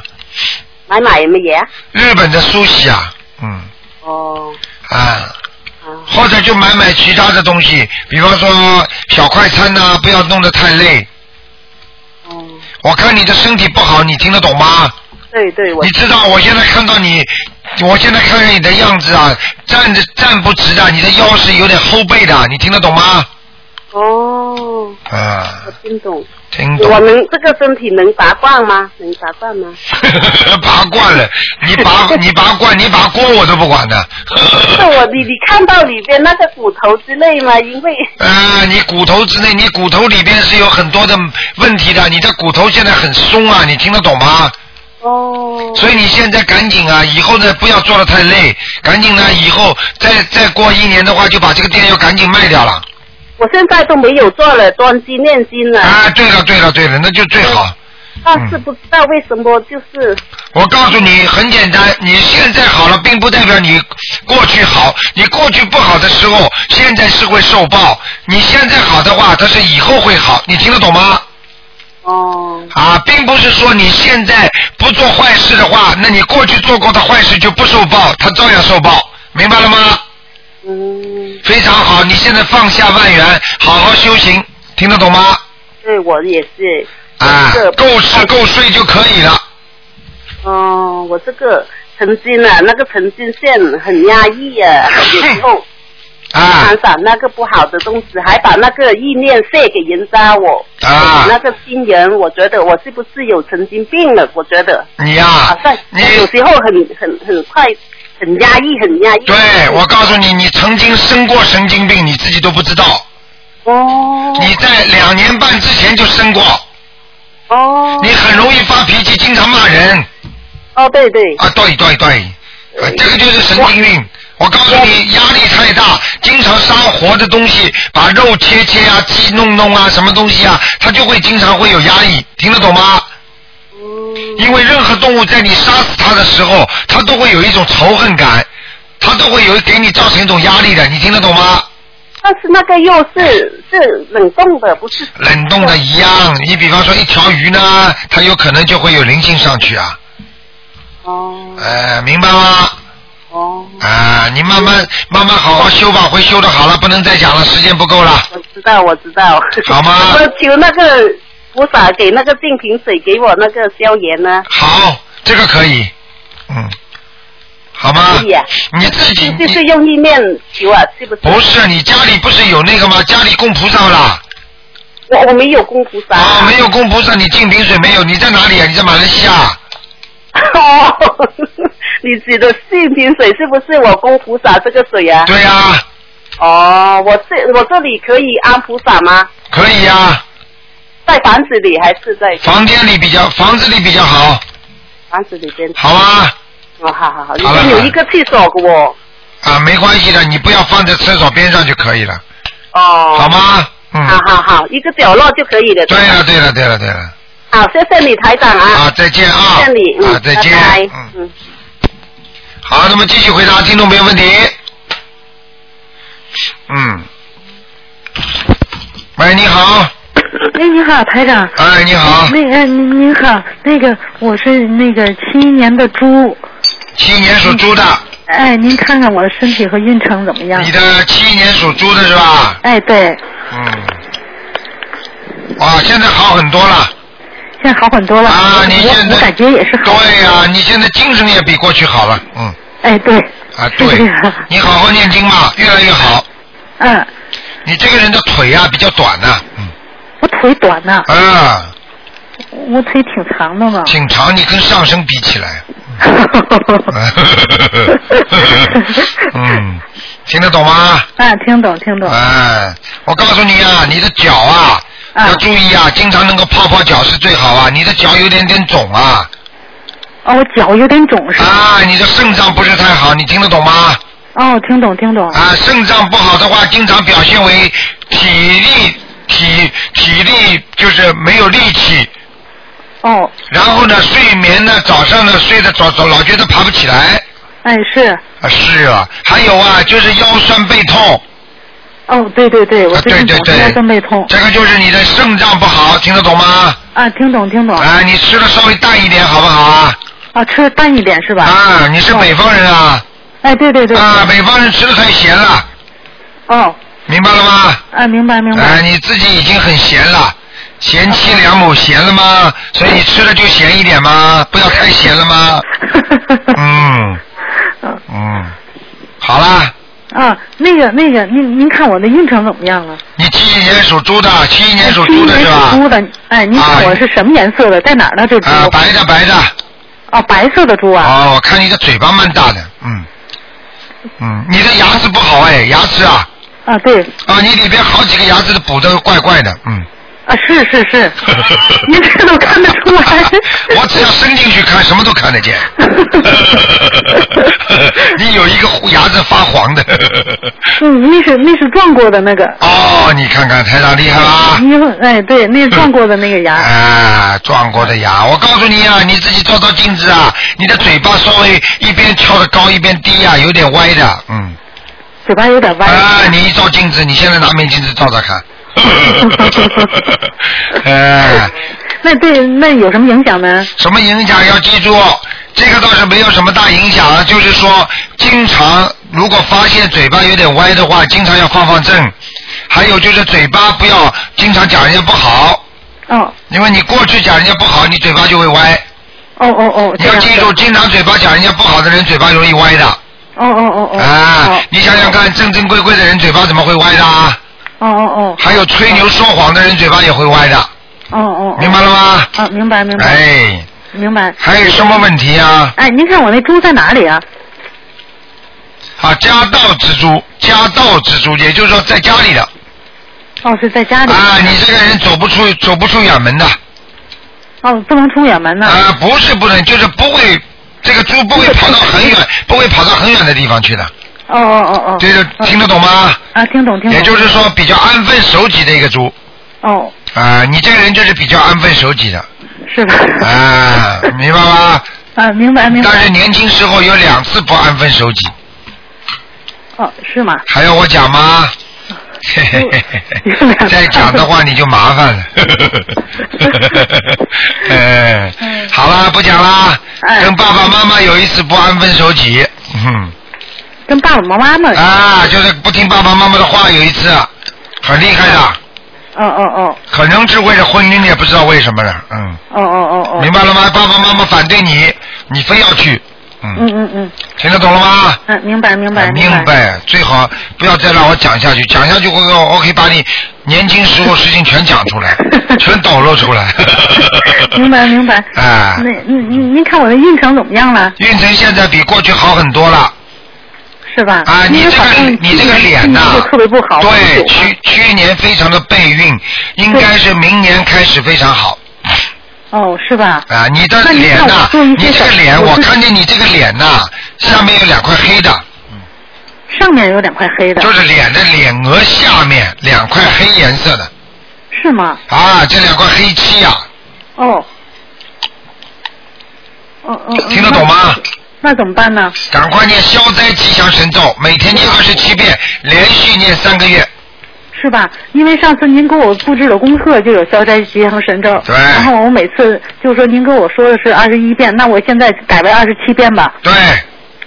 Speaker 4: 买买什么嘢？啊
Speaker 1: 日本的苏西啊，嗯
Speaker 4: 哦，
Speaker 1: 啊，
Speaker 4: 啊，
Speaker 1: 或者就买买其他的东西，比方说小快餐呐、不要弄得太累。
Speaker 4: 哦，
Speaker 1: 我看你的身体不好，你听得懂吗？
Speaker 4: 对对，我
Speaker 1: 你知道我现在看到你，我现在看着你的样子啊，站着站不直的，你的腰是有点后背的，你听得懂吗？
Speaker 4: 哦，
Speaker 1: 啊，
Speaker 4: 我听懂。
Speaker 1: 听懂。
Speaker 4: 我能这个身体能拔罐吗？能拔罐吗？
Speaker 1: 拔罐了，你 拔你拔罐，你拔锅我都不管的。
Speaker 4: 是我你你看到里边那个骨头之类吗？因为
Speaker 1: 啊，你骨头之内，你骨头里边是有很多的问题的，你的骨头现在很松啊，你听得懂吗？
Speaker 4: 哦，
Speaker 1: 所以你现在赶紧啊，以后呢不要做的太累，赶紧呢，以后再再过一年的话，就把这个店要赶紧卖掉了。
Speaker 4: 我现在都没有做了，专心念经了，
Speaker 1: 啊，对了对了对了，那就最好。
Speaker 4: 但是不知道为什么就是
Speaker 1: 我告诉你，很简单，你现在好了，并不代表你过去好。你过去不好的时候，现在是会受报；你现在好的话，它是以后会好。你听得懂吗？
Speaker 4: 哦
Speaker 1: 啊，并不是说你现在不做坏事的话，那你过去做过的坏事就不受报，它照样受报。明白了吗？
Speaker 4: 嗯。
Speaker 1: 非常好，你现在放下万元，好好修行，听得懂吗？
Speaker 4: 对，我也是。
Speaker 1: 啊
Speaker 4: 这个，
Speaker 1: 够吃够睡就可以了。
Speaker 4: 哦，我这个曾经啊，那个神经线很压抑 啊，有时候
Speaker 1: 啊
Speaker 4: 常想那个不好的东西，还把那个意念卸给人家我。
Speaker 1: 啊
Speaker 4: 给那个亲人，我觉得我是不是有神经病了？我觉得
Speaker 1: 你呀、
Speaker 4: 好像
Speaker 1: 啊你
Speaker 4: 有时候很很很快，很压抑，很压抑。
Speaker 1: 对，我告诉你，你曾经生过神经病，你自己都不知道。
Speaker 4: 哦
Speaker 1: 你在两年半之前就生过，
Speaker 4: 哦
Speaker 1: 你很容易发脾气，经常骂人
Speaker 4: 哦，对对，
Speaker 1: 啊！对对对，啊这个就是神经病。我告诉你，压力太大，经常杀活的东西，把肉切切啊、鸡弄弄啊、什么东西啊，他就会经常会有压力，听得懂吗？
Speaker 4: 嗯
Speaker 1: 因为任何动物在你杀死它的时候，它都会有一种仇恨感，它都会有给你造成一种压力的，你听得懂吗？
Speaker 4: 但是那个肉是是冷冻的，不是
Speaker 1: 冷冻的一样，你比方说一条鱼呢，它有可能就会有灵性上去啊，
Speaker 4: 哦
Speaker 1: 呃，明白吗？
Speaker 4: 哦，
Speaker 1: 啊，你慢慢慢慢好好修吧，会修的好了，不能再讲了，时间不够了，
Speaker 4: 我知道我知道。
Speaker 1: 好吗
Speaker 4: 我求那个菩萨给那个净瓶水给我那个消炎呢，
Speaker 1: 好，这个可以，嗯，好吗
Speaker 4: 可以啊？
Speaker 1: 你自己
Speaker 4: 就
Speaker 1: 你
Speaker 4: 是用意念求啊，是不是？
Speaker 1: 不是你家里不是有那个吗？家里供菩萨啦。
Speaker 4: 我我没有供菩萨。
Speaker 1: 啊，没有供菩萨，你净瓶水没有？你在哪里啊？你在马来西亚？
Speaker 4: 哦， 你指的净瓶水是不是我供菩萨这个水啊？
Speaker 1: 对呀、
Speaker 4: 哦，我这我这里可以安菩萨吗？
Speaker 1: 可以呀、
Speaker 4: 在房子里还是在
Speaker 1: 房间里比较，房子里比较好，
Speaker 4: 房子里边？
Speaker 1: 好吗？
Speaker 4: 哦，好好好，里
Speaker 1: 好了
Speaker 4: 面有一个厕所给我。
Speaker 1: 啊，没关系的，你不要放在厕所边上就可以了，
Speaker 4: 哦。
Speaker 1: 好？吗？嗯，
Speaker 4: 好好好，一个角落就可以了。
Speaker 1: 对了，对了，对了，对了，
Speaker 4: 好，谢谢你台长啊，
Speaker 1: 啊，再见啊，
Speaker 4: 谢谢你，
Speaker 1: 啊
Speaker 4: 嗯，，
Speaker 1: 再见
Speaker 4: 拜，拜
Speaker 1: 嗯，
Speaker 4: 嗯。
Speaker 1: 好，那么继续回答听众朋友问题。嗯，喂，你好，
Speaker 5: 哎，你好，台长。
Speaker 1: 哎，你好，
Speaker 5: 那个您您好，那个我是那个七一年的猪，
Speaker 1: 七年属猪的，
Speaker 5: 哎，您看看我的身体和运程怎么
Speaker 4: 嗯
Speaker 5: 样
Speaker 1: 你？的七年属猪的是吧？
Speaker 5: 哎，对，
Speaker 1: 嗯，哇，现在好很多了
Speaker 5: 现在好很多了。
Speaker 1: 啊！
Speaker 5: 我
Speaker 1: 你现
Speaker 5: 我
Speaker 1: 在
Speaker 5: 我感觉也是好。
Speaker 1: 对呀、你现在精神也比过去好了，嗯
Speaker 5: 哎，对。
Speaker 1: 啊，
Speaker 5: 是
Speaker 1: 对
Speaker 5: 这样，
Speaker 1: 你好好念经嘛，越来越好。
Speaker 5: 嗯，
Speaker 1: 你这个人的腿啊比较短呐、嗯
Speaker 5: 我腿短呢，
Speaker 1: 啊，
Speaker 5: 我腿挺长的嘛。
Speaker 1: 挺长，你跟上身比起来，
Speaker 5: 哦
Speaker 1: 嗯，听得懂吗？
Speaker 5: 啊，听懂听懂。
Speaker 1: 哎，我告诉你啊，你的脚啊。
Speaker 5: 啊
Speaker 1: 要注意啊，经常能够泡泡脚是最好啊。你的脚有点点肿啊，
Speaker 5: 哦，我脚有点肿是吧？
Speaker 1: 啊，你的肾脏不是太好，你听得懂吗？
Speaker 5: 哦，听懂听懂。
Speaker 1: 啊，肾脏不好的话，经常表现为体力体体力就是没有力气，
Speaker 5: 哦，
Speaker 1: 然后呢，睡眠呢，早上呢睡得早早老觉得爬不起来
Speaker 5: 哎是，
Speaker 1: 啊，是啊，还有啊，就是腰酸背痛
Speaker 5: 哦对对对，我
Speaker 1: 啊，
Speaker 5: 最
Speaker 1: 对
Speaker 5: 近
Speaker 1: 对
Speaker 5: 总是腰酸背
Speaker 1: 对
Speaker 5: 痛，。
Speaker 1: 这个就是你的肾脏不好，听得懂吗？
Speaker 5: 啊，听懂听懂。
Speaker 1: 啊，你吃的稍微淡一点好不好啊？
Speaker 5: 啊，吃的淡一点是吧？
Speaker 1: 啊，你
Speaker 5: 哦
Speaker 1: 是北方人啊，
Speaker 5: 哎，对对对。
Speaker 1: 啊，北方人吃的太咸了，
Speaker 5: 哦，
Speaker 1: 明白了吗？
Speaker 5: 啊，明白明
Speaker 1: 哎，
Speaker 5: 白。
Speaker 1: 你自己已经很咸了，贤妻良母咸了吗？所以你吃的就咸一点吗？不要太咸 了吗？嗯
Speaker 5: 嗯
Speaker 1: 嗯，好啦，
Speaker 5: 啊，那个那个，您您看我的运程怎么样了？啊
Speaker 1: 你七一年属猪的，七一年属
Speaker 5: 七一
Speaker 1: 猪的
Speaker 5: 年
Speaker 1: 是
Speaker 5: 属猪
Speaker 1: 吧？
Speaker 5: 的，哎，您看我是什么颜色的，在哪儿呢？这猪？
Speaker 1: 啊，白的白的，
Speaker 5: 哦，白色的猪啊。
Speaker 1: 哦，我看你的嘴巴蛮大的，嗯嗯，你的牙齿不好哎，牙齿啊
Speaker 5: 啊，对，
Speaker 1: 啊，你里边好几个牙齿的补的怪怪的，嗯。。
Speaker 5: 啊，是是是，您这都看得出来
Speaker 1: 我只要伸进去看，什么都看得 见。 你有一个牙子发黄的。
Speaker 5: 嗯，那是那是撞过的那个。
Speaker 1: 哦，你看看台长厉害吧？
Speaker 5: 因为哎，对，那是撞过的那个牙。
Speaker 1: 啊，撞过的牙，我告诉你啊，你自己照照镜子啊，你的嘴巴稍微一边翘的高一边低啊，有点歪的，嗯。
Speaker 5: 嘴巴有点歪。
Speaker 1: 啊，你一照镜子，你现在拿面镜子照照 看。哎，
Speaker 5: 那对，那有什么影响呢？
Speaker 1: 什么影响？要记住，这个倒是没有什么大影响啊，就是说，经常如果发现嘴巴有点歪的话，经常要放放正。还有就是嘴巴不要经常讲人家不好，
Speaker 5: 哦，
Speaker 1: 因为你过去讲人家不好，你嘴巴就会歪。
Speaker 5: 哦哦哦，
Speaker 1: 你
Speaker 5: 这
Speaker 1: 要
Speaker 5: 样
Speaker 1: 记住，经常嘴巴讲人家不好的人，嘴巴容易歪的。
Speaker 5: 哦哦哦哦。
Speaker 1: 啊
Speaker 5: 哦，
Speaker 1: 你想想看，正正规规的人嘴巴怎么会歪的啊？
Speaker 5: 哦哦
Speaker 1: 还有吹牛说谎的人嘴巴也会歪的，
Speaker 5: 哦哦哦，
Speaker 1: 明白了吗？
Speaker 5: 啊，明白明白
Speaker 1: 哎，
Speaker 5: 明白。
Speaker 1: 还有什么问题啊？
Speaker 5: 哎，您看我那猪在哪里啊？
Speaker 1: 啊，家道之猪，家道之猪，也就是说在家里的
Speaker 5: 哦，是在家里。
Speaker 1: 啊，你这个人走不出走不出远门的
Speaker 5: 哦，不能出远门呢。
Speaker 1: 啊，不是不能，就是不会，这个猪不会跑到很远，不会跑到很远的地方去的
Speaker 5: 哦哦哦哦。
Speaker 1: 这个听得懂吗？
Speaker 5: 啊，听懂听懂。
Speaker 1: 也就是说，比较安分守己的一个猪
Speaker 5: 哦，
Speaker 1: 啊、你这个人就是比较安分守己的
Speaker 5: 是吧？
Speaker 1: 啊、明白吗？
Speaker 5: 啊，明白明白。
Speaker 1: 但是年轻时候有两次不安分守己，
Speaker 5: 哦，是吗？
Speaker 1: 还要我讲吗？嘿嘿嘿嘿
Speaker 5: 嗯
Speaker 1: 嘿再讲的话你就麻 烦了。哎，好啦，不讲啦。
Speaker 5: 哎
Speaker 1: 跟爸爸妈妈有一次不安分守己，嗯，
Speaker 5: 跟爸爸妈妈。
Speaker 1: 啊，就是不听爸爸妈妈的话，有一次很厉害的，
Speaker 5: 哦哦哦
Speaker 1: 可能是为了婚姻，也不知道为什么了，嗯，
Speaker 5: 哦哦哦哦。
Speaker 1: 明白了吗？爸爸妈妈反对你，你非要去，
Speaker 5: 嗯嗯嗯。
Speaker 1: 听得懂了吗？啊
Speaker 5: 嗯、明白明白
Speaker 1: 哎明
Speaker 5: 白。
Speaker 1: 白，最好不要再让我讲下去，讲下去我我我可以把你年轻时候事情全讲出 来，全抖露出来。
Speaker 5: 明白明白。
Speaker 1: 啊，
Speaker 5: 那您您您看我的运程怎么样了？
Speaker 1: 运程现在比过去好很多了。
Speaker 5: 是吧？
Speaker 1: 啊，你这个你这个脸呐、特别不好。对，去去年非常的背运，应该是明年开始非常好
Speaker 5: 哦，是吧？
Speaker 1: 啊。你的
Speaker 5: 那您
Speaker 1: 脸
Speaker 5: 看
Speaker 1: 呐、
Speaker 5: 我注意
Speaker 1: 你这个
Speaker 5: 手
Speaker 1: 脸，
Speaker 5: 我
Speaker 1: 我
Speaker 5: 是
Speaker 1: 看见你这个脸呐、下面有两块黑的，
Speaker 5: 上面有两块黑的。
Speaker 1: 就是脸的脸额下面两块黑颜色的
Speaker 5: 是吗？
Speaker 1: 啊，这两块黑漆呀、
Speaker 5: 哦。哦哦。哦
Speaker 1: 听得懂吗？
Speaker 5: 那那怎么办呢？
Speaker 1: 赶快念消灾吉祥神咒，每天念二十七遍，连续念三个月。
Speaker 5: 是吧？因为上次您给我布置的功课就有消灾吉祥神咒，
Speaker 1: 对
Speaker 5: 然后我每次就说您跟我说的是二十一遍，那我现在改为二十七遍吧。
Speaker 1: 对，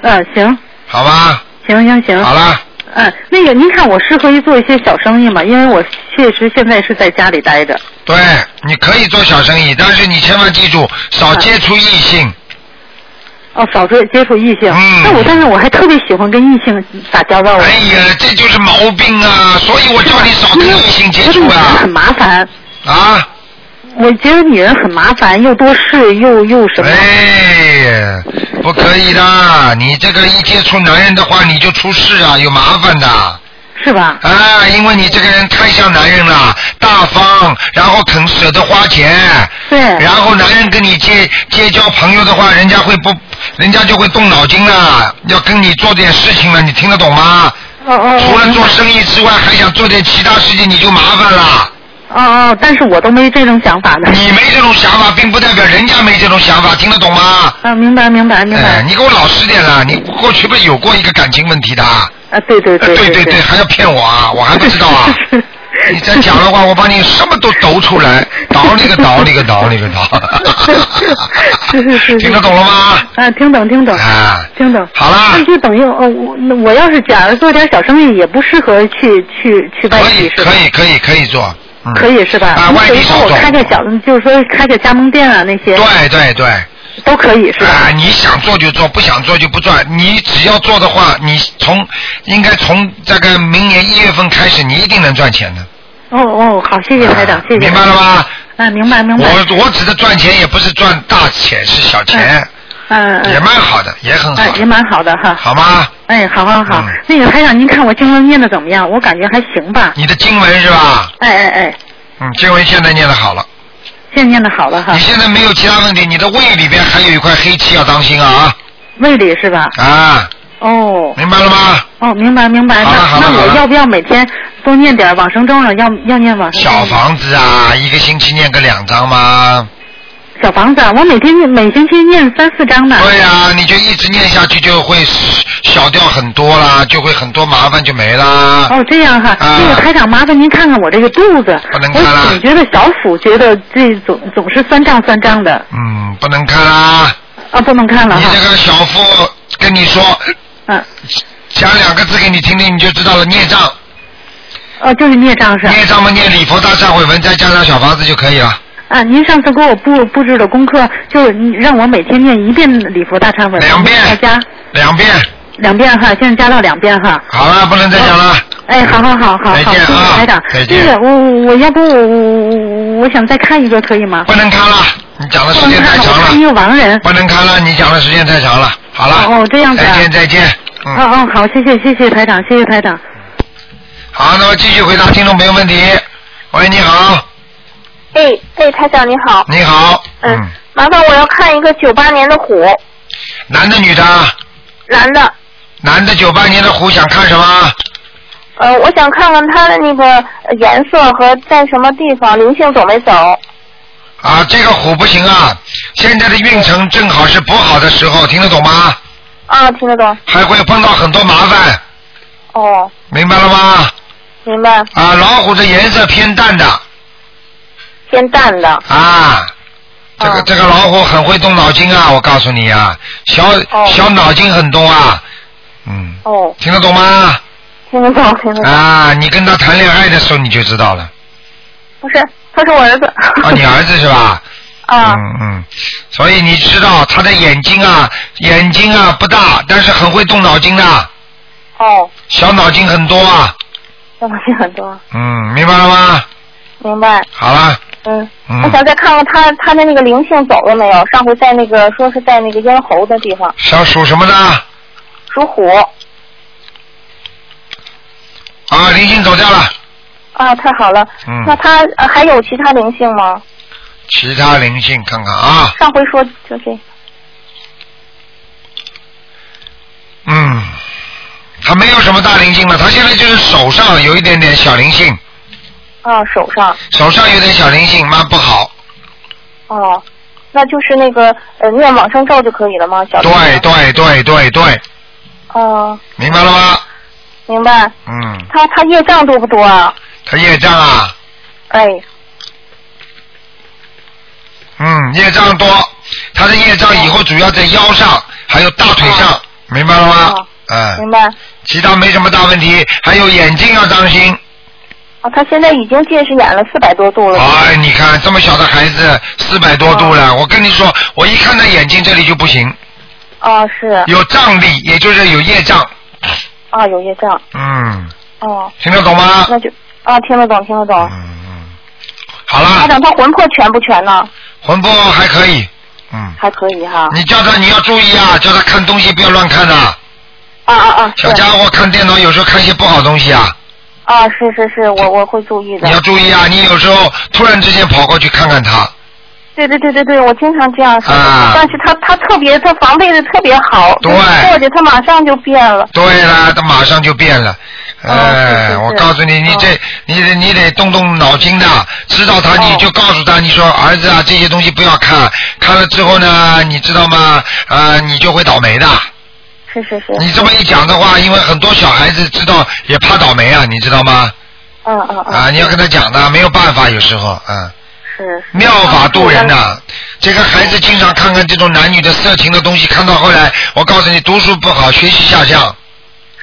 Speaker 5: 嗯，行
Speaker 1: 好吧，
Speaker 5: 行行行。
Speaker 1: 好了，
Speaker 5: 嗯，那个您看我适合于做一些小生意吗？因为我确实现在是在家里待着。
Speaker 1: 对，你可以做小生意，但是你千万记住，少接触异性。
Speaker 5: 哦，少接接触异性。嗯。那我但是我还特别喜欢跟异性打交道。啊
Speaker 1: 哎呀，这就是毛病啊！所以我叫你少跟异性接
Speaker 5: 觉得
Speaker 1: 触
Speaker 5: 女人
Speaker 1: 啊。
Speaker 5: 很麻烦。
Speaker 1: 啊。
Speaker 5: 我觉得女人很麻烦，又多事又又什么。
Speaker 1: 哎，不可以的，你这个一接触男人的话，你就出事啊，有麻烦的。
Speaker 5: 是吧？
Speaker 1: 啊，因为你这个人太像男人了，大方，然后肯舍得花钱。
Speaker 5: 对。
Speaker 1: 然后男人跟你结结交朋友的话，人家会不，人家就会动脑筋了，要跟你做点事情了，你听得懂吗？
Speaker 5: 哦哦。
Speaker 1: 除了做生意之外，还想做点其他事情，你就麻烦了。
Speaker 5: 哦哦，但是我都没这种想法呢。
Speaker 1: 你没这种想法，并不代表人家没这种想法，听得懂吗？
Speaker 5: 啊，明白明白明
Speaker 1: 哎
Speaker 5: 白。，
Speaker 1: 你给我老实点啦！你过去不是有过一个感情问题的啊？
Speaker 5: 啊，对对
Speaker 1: 对对对对，还要骗我啊？我还不知 道啊！你再讲的话，我把你什么都抖出来，倒你个倒你个倒你个倒。
Speaker 5: 是是是。
Speaker 1: 听得懂了吗？
Speaker 5: 啊，听懂听懂。
Speaker 1: 啊。
Speaker 5: 听懂。
Speaker 1: 好啦。
Speaker 5: 但是等于呃，我那我要是假如做点小生意，也不适合去去去外地，是吧
Speaker 1: 可以可以可以做，嗯，
Speaker 5: 可以是吧？
Speaker 1: 啊，
Speaker 5: 你
Speaker 1: 外
Speaker 5: 等
Speaker 1: 地
Speaker 5: 于说
Speaker 1: 少
Speaker 5: 我
Speaker 1: 做。
Speaker 5: 开个小，就是说开个加盟店啊那些。
Speaker 1: 对对对。
Speaker 5: 都可以是吧？
Speaker 1: 啊，你想做就做，不想做就不做。你只要做的话，你从应该从这个明年一月份开始，你一定能赚钱的。
Speaker 5: 哦哦，好，谢谢台长，谢谢。
Speaker 1: 明白了吗？
Speaker 5: 啊，明白明白。
Speaker 1: 我我指的赚钱也不是赚大钱，是小钱，
Speaker 5: 嗯嗯。
Speaker 1: 也蛮好的，也很
Speaker 5: 哎
Speaker 1: 好，，
Speaker 5: 也蛮好的哈。
Speaker 1: 好吗？嗯
Speaker 5: 哎，好好好，那个台长，您看我经文念的怎么样？我感觉还行吧。
Speaker 1: 你的经文是吧？
Speaker 5: 哎哎哎，
Speaker 1: 嗯，经文现在念的好了，
Speaker 5: 现在念的好了哈
Speaker 1: 你。现在没有其他问题，你的胃里边还有一块黑气要当心啊
Speaker 5: 嗯胃里是吧？
Speaker 1: 啊啊！
Speaker 5: 哦。
Speaker 1: 明白了吗？
Speaker 5: 哦，明白明白。那那我要不要每天都念点往生咒呢？要要念往生咒吗
Speaker 1: 小房子啊，一个星期念个两张吗？
Speaker 5: 小房子啊，我每天念每星期念三四章呢。
Speaker 1: 对呀、啊你就一直念下去，就会小掉很多啦，就会很多麻烦就没啦。
Speaker 5: 哦，这样哈，
Speaker 1: 啊
Speaker 5: 那个台长，麻烦您看看我这个肚子，我总觉得小腹觉得这总总是酸胀酸胀的，
Speaker 1: 嗯，不能看啦。
Speaker 5: 啊，不能看了
Speaker 1: 你
Speaker 5: 哈
Speaker 1: 这，个小腹跟你说，
Speaker 5: 嗯，
Speaker 1: 讲两个字给你听听，你就知道了。孽障，
Speaker 5: 哦，就是孽障是吧？
Speaker 1: 孽障嘛，念礼佛大忏悔文，再加上小房子就可以了。
Speaker 5: 啊，您上次给我布布置的功课，就是你让我每天念一遍礼佛大忏悔，
Speaker 1: 两遍
Speaker 5: 大家
Speaker 1: 两遍，
Speaker 5: 两遍哈，现在加到两遍哈。
Speaker 1: 好了，不能再讲了。
Speaker 5: 哎，好好好好好，
Speaker 1: 再见
Speaker 5: 谢
Speaker 1: 啊
Speaker 5: 谢台长。
Speaker 1: 再见
Speaker 5: 那个，我我我要不我我我我想再看一个可以吗？
Speaker 1: 不能看了，你讲的时
Speaker 5: 不能
Speaker 1: 间太
Speaker 5: 看了，
Speaker 1: 长
Speaker 5: 我看一
Speaker 1: 了。
Speaker 5: 个亡人。
Speaker 1: 不能看了，你讲的时间太长了。好了，
Speaker 5: 哦哦这样子啊
Speaker 1: 再见再见。
Speaker 5: 哦
Speaker 1: 嗯，
Speaker 5: 哦，好，谢谢谢谢台长，谢谢台长。
Speaker 1: 好，那么继续回答听众朋友问题。喂，你好，
Speaker 6: 哎哎，台长你好，
Speaker 1: 你好，嗯，
Speaker 6: 麻烦我要看一个九八年的虎，
Speaker 1: 男的女的？
Speaker 6: 男的，
Speaker 1: 啊男的九八年的虎想看什么？
Speaker 6: 呃，我想看看它的那个呃颜色和在什么地方，灵性走没走？
Speaker 1: 啊，这个虎不行啊，现在的运程正好是不好的时候，听得懂吗？
Speaker 6: 啊，听得懂。
Speaker 1: 还会碰到很多麻烦，
Speaker 6: 哦，
Speaker 1: 明白了吗？
Speaker 6: 明白，
Speaker 1: 啊，老虎的颜色偏淡的
Speaker 6: 偏淡的。
Speaker 1: 啊，这个、这个老虎很会动脑筋啊，我告诉你啊，小、小脑筋很多啊，嗯，
Speaker 6: 哦，
Speaker 1: 听得懂吗？
Speaker 6: 听得懂，听得懂。
Speaker 1: 啊，你跟他谈恋爱的时候你就知道了。
Speaker 6: 不是，他是我儿子。
Speaker 1: 啊，你儿子是吧？
Speaker 6: 啊
Speaker 1: 嗯嗯，所以你知道他的眼睛啊，眼睛啊不大，但是很会动脑筋的，
Speaker 6: 哦，
Speaker 1: 小脑筋很多啊。
Speaker 6: 这东西很多，
Speaker 1: 嗯，明白了吗？
Speaker 6: 明白。
Speaker 1: 好了，
Speaker 6: 嗯，
Speaker 1: 嗯
Speaker 6: 我想再看看他他的那个灵性走了没有？上回在那个说是在那个咽喉的地方，
Speaker 1: 想属什么的？
Speaker 6: 属虎
Speaker 1: 啊，灵性走掉了。
Speaker 6: 啊，太好了。
Speaker 1: 嗯
Speaker 6: 那他、呃还有其他灵性吗？
Speaker 1: 其他灵性看看啊，
Speaker 6: 上回说就这，
Speaker 1: 嗯，他没有什么大灵性了，他现在就是手上有一点点小灵性，
Speaker 6: 啊，手上，
Speaker 1: 手上有点小灵性，蛮不好。
Speaker 6: 哦，那就是那个呃念往生咒就可以了吗？小灵性
Speaker 1: 对对对对对，
Speaker 6: 哦，
Speaker 1: 明白了吗？
Speaker 6: 明白。
Speaker 1: 嗯，
Speaker 6: 他他业障多不多啊？
Speaker 1: 他业障啊，
Speaker 6: 哎，
Speaker 1: 嗯，业障多，他的业障以后主要在腰上，还有大腿上，明白了吗
Speaker 6: 哦？
Speaker 1: 嗯，
Speaker 6: 明白。
Speaker 1: 其他没什么大问题，还有眼睛要当心。
Speaker 6: 哦，他现在已经近视眼了四百多度了。
Speaker 1: 哎，你看这么小的孩子，四百多度了，我跟你说，我一看他眼睛这里就不行，
Speaker 6: 哦，是
Speaker 1: 有障力，也就是有业障。
Speaker 6: 啊，有业障。
Speaker 1: 嗯，
Speaker 6: 哦，
Speaker 1: 听得懂吗？嗯
Speaker 6: 那就啊，听得懂，听得懂。
Speaker 1: 好
Speaker 6: 台
Speaker 1: 了，
Speaker 6: 长，他魂魄全不全呢？
Speaker 1: 魂魄还可以。嗯，
Speaker 6: 还可以哈。
Speaker 1: 你叫他你要注意啊，叫他看东西不要乱看啊。
Speaker 6: 啊啊啊！是
Speaker 1: 小家伙看电脑有时候看一些不好东西啊，
Speaker 6: 啊，是是是，我我会注意的
Speaker 1: 你。要注意啊。你有时候突然之间跑过去看看他，
Speaker 6: 对对对对对，我经常这样说。
Speaker 1: 啊
Speaker 6: 但是他他特别，他防备的特别好。
Speaker 1: 对
Speaker 6: 就是过去他马上就变了。
Speaker 1: 对了，他马上就变了。
Speaker 6: 是
Speaker 1: 哎、
Speaker 6: 是
Speaker 1: 我告诉你，你这、你得你得动动脑筋的，知道他你就告诉他，你说儿子啊，这些东西不要看，看了之后呢，你知道吗？啊、你就会倒霉的。
Speaker 6: 是是 是。
Speaker 1: 你这么一讲的话，因为很多小孩子知道也怕倒霉啊，你知道吗？
Speaker 6: 嗯嗯嗯。
Speaker 1: 啊，你要跟他讲的，没有办法，有时候，嗯，
Speaker 6: 是。嗯是
Speaker 1: 妙法度人呐、这个孩子经常看看这种男女的色情的东西，看到后来，我告诉你，读书不好，学习下降，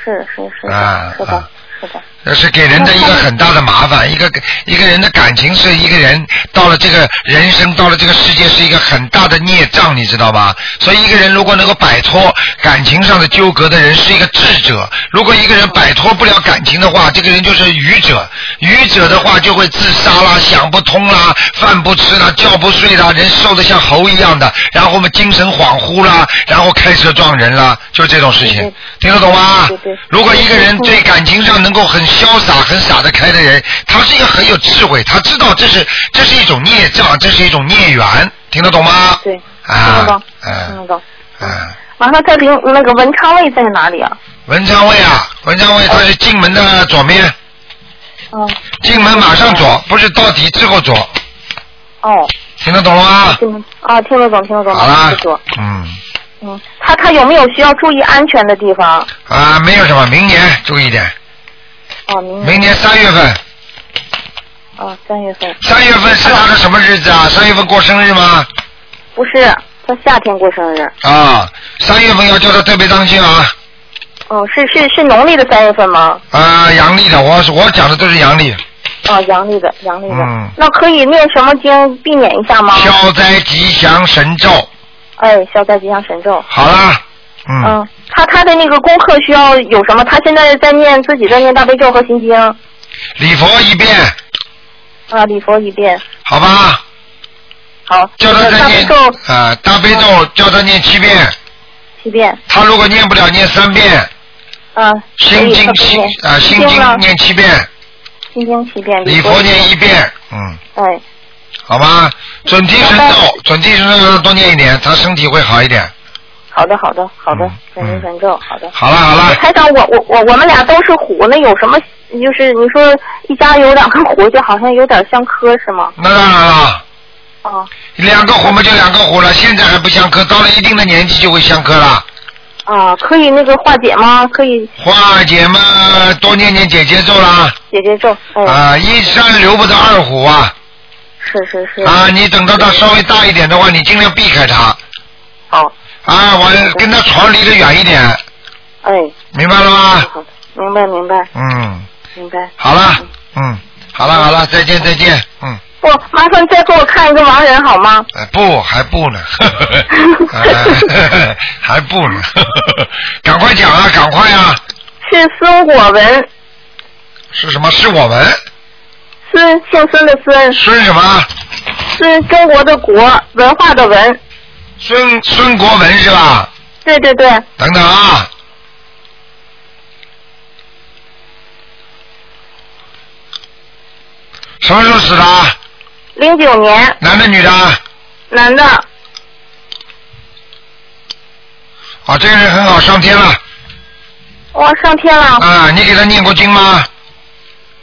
Speaker 6: 是是是。
Speaker 1: 啊
Speaker 6: 是
Speaker 1: 啊
Speaker 6: 的，是的。
Speaker 1: 这是给人的一个很大的麻烦。一个一个人的感情是一个人到了这个人生，到了这个世界是一个很大的孽障，你知道吧？所以一个人如果能够摆脱感情上的纠葛的人，是一个智者；如果一个人摆脱不了感情的话，这个人就是愚者。愚者的话就会自杀啦，想不通啦，饭不吃啦，觉不睡啦，人瘦得像猴一样的，然后我们精神恍惚啦，然后开车撞人啦，就这种事情，听得懂吗？
Speaker 6: 对对
Speaker 1: 如果一个人对感情上能够很潇洒、很傻得开的人，他是一个很有智慧，他知道这是这是一种孽障，这是一种孽缘，听得懂吗？
Speaker 6: 嗯对。听得
Speaker 1: 啊
Speaker 6: 懂，听
Speaker 1: 嗯
Speaker 6: 得懂。
Speaker 1: 嗯，
Speaker 6: 完了，他灵那个文昌位在哪里啊？
Speaker 1: 文昌位啊，文昌位它是进门的左面，
Speaker 6: 嗯，
Speaker 1: 进门马上左，不是到底之后左，
Speaker 6: 哦，
Speaker 1: 听得懂了吗？
Speaker 6: 听得啊，听得懂，听得懂。
Speaker 1: 好啦
Speaker 6: 谢谢我，
Speaker 1: 嗯，
Speaker 6: 嗯，他他有没有需要注意安全的地方？
Speaker 1: 啊，没有什么，明年注意点，
Speaker 6: 哦，明
Speaker 1: 明年三月份，
Speaker 6: 啊，三月份
Speaker 1: 三月份是他的什么日子啊？三月份过生日吗？
Speaker 6: 不是他夏天过生日，
Speaker 1: 啊，三月份要叫他特别当心啊。
Speaker 6: 哦，是是是农历的三月份吗？
Speaker 1: 啊、阳历的，我我讲的都是阳历，
Speaker 6: 哦，阳历的，阳历的。
Speaker 1: 嗯
Speaker 6: 那可以念什么经避免一下吗？
Speaker 1: 消灾吉祥神咒。
Speaker 6: 哎，消灾吉祥神咒。
Speaker 1: 好啦，嗯，
Speaker 6: 嗯，他他的那个功课需要有什么？他现在在念自己在念大悲咒和心经
Speaker 1: 礼佛一遍，
Speaker 6: 啊，礼佛一遍。
Speaker 1: 好吧？
Speaker 6: 好，
Speaker 1: 叫他
Speaker 6: 那
Speaker 1: 再
Speaker 6: 大悲
Speaker 1: 念
Speaker 6: 咒
Speaker 1: 啊、大悲咒叫他念七遍，
Speaker 6: 七遍。
Speaker 1: 他如果念不了念三遍，
Speaker 6: 啊，
Speaker 1: 心
Speaker 6: 可以嗯
Speaker 1: 经
Speaker 6: 特别
Speaker 1: 七
Speaker 6: 念
Speaker 1: 啊、心经
Speaker 6: 呢？
Speaker 1: 念七遍，
Speaker 6: 心经七遍，
Speaker 1: 礼佛念一遍，嗯，
Speaker 6: 哎，
Speaker 1: 好吧？准提神
Speaker 6: 好
Speaker 1: 咒，准提神咒多念一点，他身体会好一点。嗯
Speaker 6: 好的，好的，好的，感谢神咒，好的。
Speaker 1: 好了好了，
Speaker 6: 台长，我我我我们俩都是虎，那有什么就是你说一家有两个虎，就好像有点相克是吗？
Speaker 1: 那当然了，
Speaker 6: 哦
Speaker 1: 两个虎嘛就两个虎了，现在还不相克，到了一定的年纪就会相克了。
Speaker 6: 啊，可以那个化解吗？可以
Speaker 1: 化解嘛，多念念姐姐咒啦。
Speaker 6: 解决咒，嗯，
Speaker 1: 啊，一山留不得二虎啊！
Speaker 6: 是是是。
Speaker 1: 啊，你等到它稍微大一点的话，你尽量避开它。
Speaker 6: 好。
Speaker 1: 啊，我跟它床离得远一点，
Speaker 6: 哎，
Speaker 1: 明白了吗？
Speaker 6: 明白明白
Speaker 1: 嗯，
Speaker 6: 明白。
Speaker 1: 好了，嗯，好了好了，再见再见，嗯，
Speaker 6: 不，哦麻烦再给我看一个盲人好吗？
Speaker 1: 呃不还不 呢，哎还不呢， 赶快讲啊，赶快啊！
Speaker 6: 是孙果文，
Speaker 1: 是什么？是我们
Speaker 6: 孙姓孙的孙，
Speaker 1: 孙什么？
Speaker 6: 孙中国的国，文化的文。
Speaker 1: 孙孙国文是吧？
Speaker 6: 对对对，
Speaker 1: 等等啊。什么时候死的啊？
Speaker 6: 零九年，
Speaker 1: 男的女的啊？
Speaker 6: 男的，
Speaker 1: 啊，这个人很好，上天了
Speaker 6: 哇，哦上天了。
Speaker 1: 啊！你给他念过经吗？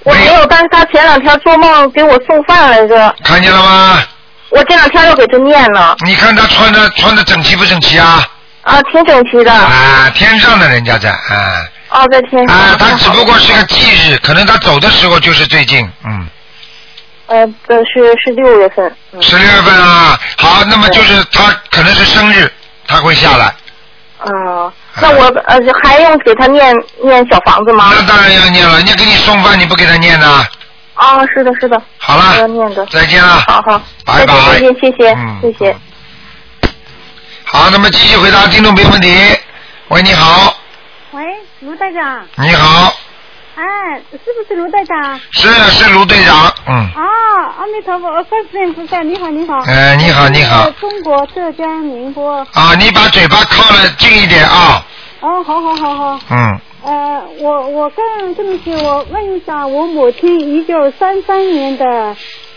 Speaker 6: 我没有，但是他前两天做梦给我送饭来着，
Speaker 1: 看见了吗？
Speaker 6: 我这两天又给他念了，
Speaker 1: 你看他穿的穿的整齐不整齐啊？
Speaker 6: 啊，挺整齐的，
Speaker 1: 啊，天上的人家在啊
Speaker 6: 哦，在天上。
Speaker 1: 啊，他只不过是个忌日，可能他走的时候就是最近，嗯，
Speaker 6: 呃，这是是六月份，嗯
Speaker 1: 十六月份啊。好，那么就是他可能是生日，他会下来。
Speaker 6: 嗯，那我呃还用给他念念小房子吗？
Speaker 1: 那当然要念了，人家给你送饭，你不给他念呐？
Speaker 6: 啊，是的，是的。
Speaker 1: 好了
Speaker 6: 要念的。
Speaker 1: 再见了啊
Speaker 6: 好好，
Speaker 1: 拜拜
Speaker 6: 再见，再见，谢谢，谢谢。
Speaker 1: 好，那么继续回答听众朋友问题。喂，你好，
Speaker 7: 喂，卢队长，
Speaker 1: 你好，
Speaker 7: 哎，是不是卢队长？
Speaker 1: 是是卢队长，嗯，
Speaker 7: 啊，阿弥陀佛，呃观世音菩萨，你好，你好。
Speaker 1: 哎你好你好
Speaker 7: 我是中国浙江宁波。
Speaker 1: 啊，你把嘴巴靠了近一点啊，
Speaker 7: 哦，好好好好。
Speaker 1: 嗯，
Speaker 7: 呃，我我跟对不起，我问一下，我母亲一九三三年的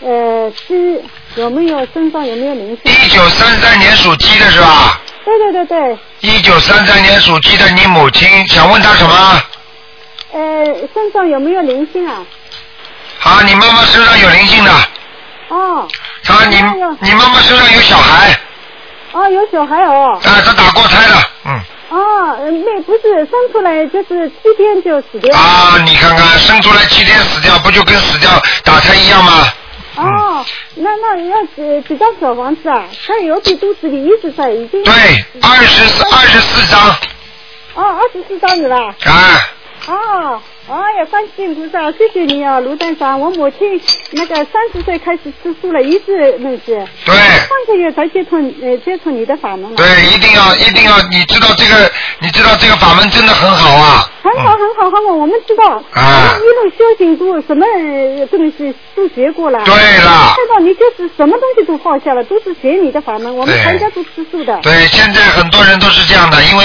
Speaker 7: 呃鸡有没有身上有没有灵性？
Speaker 1: 一九三三年属鸡的是吧？
Speaker 7: 对对对对，
Speaker 1: 一九三三年属鸡的你母亲想问他什么？
Speaker 7: 呃，身上有没有灵性啊？
Speaker 1: 啊，你妈妈身上有灵性的，
Speaker 7: 哦
Speaker 1: 她你你妈妈身上有小孩，
Speaker 7: 哦，有小孩哦。
Speaker 1: 啊，她打过胎了，嗯，
Speaker 7: 哦，呃那不是生出来就是七天就死掉。
Speaker 1: 啊，你看看生出来七天死掉，不就跟死掉打胎一样吗？
Speaker 7: 哦，
Speaker 1: 嗯
Speaker 7: 那那要几几张小房子啊？他有比肚子里一直在，已经
Speaker 1: 对，二十四二十四张，
Speaker 7: 哦，二十四张了吧？
Speaker 1: 啊，
Speaker 7: 哦，哎呀，观世音菩萨，谢谢你啊，卢站长，我母亲那个三十岁开始吃素了，一直认识。
Speaker 1: 对。
Speaker 7: 上个月才接触呃接触你的法门了。
Speaker 1: 对，一定要一定要，你知道这个，你知道这个法门真的很好啊，
Speaker 7: 很好，很好，很好，我们知道，我
Speaker 1: 啊
Speaker 7: 们一路修行都什么呃东西都学过了，
Speaker 1: 对了
Speaker 7: 看到你就是什么东西都放下了，都是学你的法门，我们
Speaker 1: 对
Speaker 7: 全家都吃素的，
Speaker 1: 对，现在很多人都是这样的，因为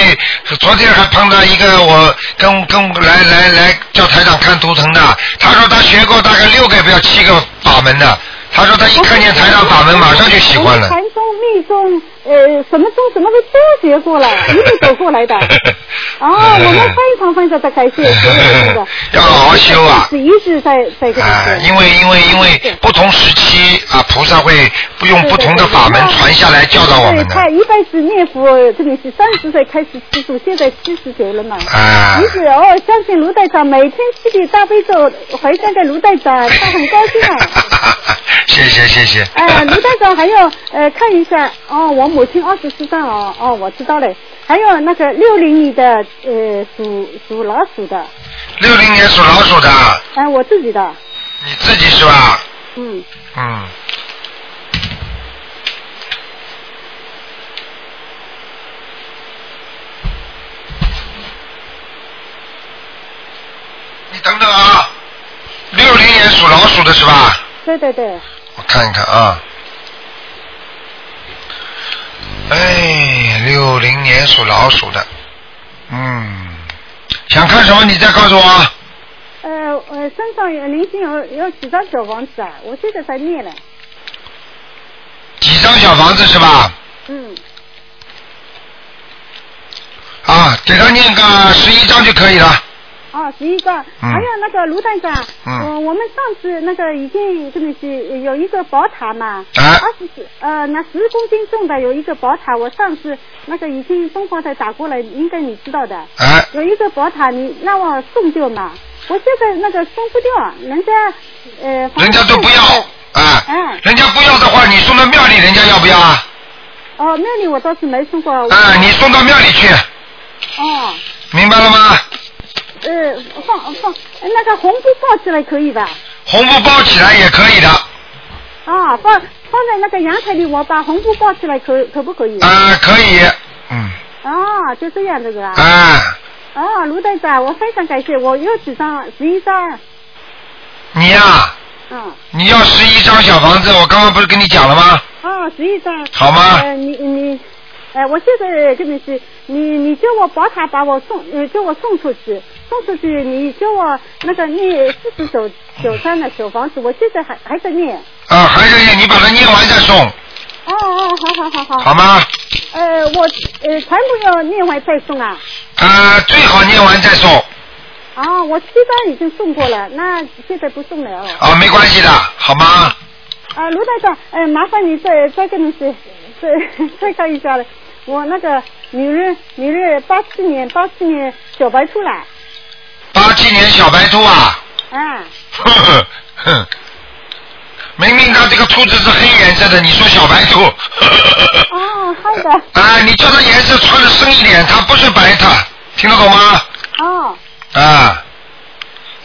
Speaker 1: 昨天还碰到一个我跟跟来来来叫台长看图腾的，他说他学过大概六个不要七个法门的，他说他一看见台长法门马上就喜欢
Speaker 7: 我们
Speaker 1: 了，
Speaker 7: 禅宗、密宗，呃，什么宗什么的都学过了， 一路走过来的。哦，我们非常非常的感 谢，所有的
Speaker 1: 要好好修啊
Speaker 7: 是一直在在这
Speaker 1: 啊，
Speaker 7: 里。
Speaker 1: 因为因为因为不同时期啊，菩萨会不用不同的法门传下来教导我们
Speaker 7: 对，
Speaker 1: 的，
Speaker 7: 他一般是念佛，这里是三十岁开始吃素，现在七十九了嘛。
Speaker 1: 啊
Speaker 7: 一直哦，相信卢队长每天吃点大悲咒，回向给卢队长，他很高兴啊。
Speaker 1: 谢谢谢谢，
Speaker 7: 哎，卢队长还有呃，看一下哦，我母亲二十四张哦，哦，我知道嘞。还有那个六零年的呃，属属老鼠的，
Speaker 1: 六零年属老鼠的，
Speaker 7: 哎，我自己的，
Speaker 1: 你自己是吧？
Speaker 7: 嗯，
Speaker 1: 嗯。你等等啊，六零年属老鼠的是吧？
Speaker 7: 对对对，
Speaker 1: 我看一看啊。哎，六零年属老鼠的，嗯，想看什么你再告诉我啊。
Speaker 7: 呃呃，身上有灵性有有几张小房子啊？我现在在念嘞，
Speaker 1: 几张小房子是吧？
Speaker 7: 嗯，
Speaker 1: 啊，给他念个十一章就可以了。
Speaker 7: 哦，十一个。还有那个卢站长，
Speaker 1: 嗯
Speaker 7: 呃我们上次那个已经跟你去有一个宝塔嘛，
Speaker 1: 啊
Speaker 7: 二十几呃那十公斤重的有一个宝塔，我上次那个已经东方台打过了，应该你知道的。
Speaker 1: 啊
Speaker 7: 有一个宝塔，你让我送掉嘛，我现在那个送不掉，人家呃。
Speaker 1: 人家都不要。啊，
Speaker 7: 嗯，
Speaker 1: 人家不要的话，你送到庙里，人家要不要啊？
Speaker 7: 哦，庙里我倒是没送过。
Speaker 1: 啊，你送到庙里去，
Speaker 7: 哦，
Speaker 1: 明白了吗？
Speaker 7: 呃，放放呃那个红布包起来可以吧？
Speaker 1: 红布包起来也可以的，
Speaker 7: 啊，放放在那个阳台里，我把红布包起来可可不可以？
Speaker 1: 啊，可以，嗯，
Speaker 7: 哦，就这样子是吧？
Speaker 1: 啊，
Speaker 7: 哦，卢队长，我非常感谢，我又几张，十一张，
Speaker 1: 你呀、
Speaker 7: 嗯，
Speaker 1: 你要十一张小房子，我刚刚不是跟你讲了吗？
Speaker 7: 哦，十一张。
Speaker 1: 好吗
Speaker 7: 呃，你你，呃，我现在跟你说，你你叫我宝塔把我送，呃，叫我送出去，送出去，你叫我那个念四十九九张的小房子，我现在还还在念。
Speaker 1: 啊，还是你把它念完再送，
Speaker 7: 哦哦，好好好好。
Speaker 1: 好吗？
Speaker 7: 呃，我呃全部要念完再送啊。
Speaker 1: 啊，最好念完再送，
Speaker 7: 啊，我七张已经送过了，那现在不送了哦。
Speaker 1: 啊，没关系的，好吗？
Speaker 7: 啊，卢台长，呃，麻烦你再再跟你再再 再看一下了，我那个女人女人八七年八七年小白兔啦，
Speaker 1: 八七年小白兔啊，
Speaker 7: 啊，
Speaker 1: 呵呵，
Speaker 7: 嗯
Speaker 1: 哼， 明明它这个兔子是黑颜色的，你说小白兔，
Speaker 7: 哦，好的，
Speaker 1: 啊，你叫它颜色穿的深一点，它不是白的，听得懂吗？
Speaker 7: 哦，
Speaker 1: 啊，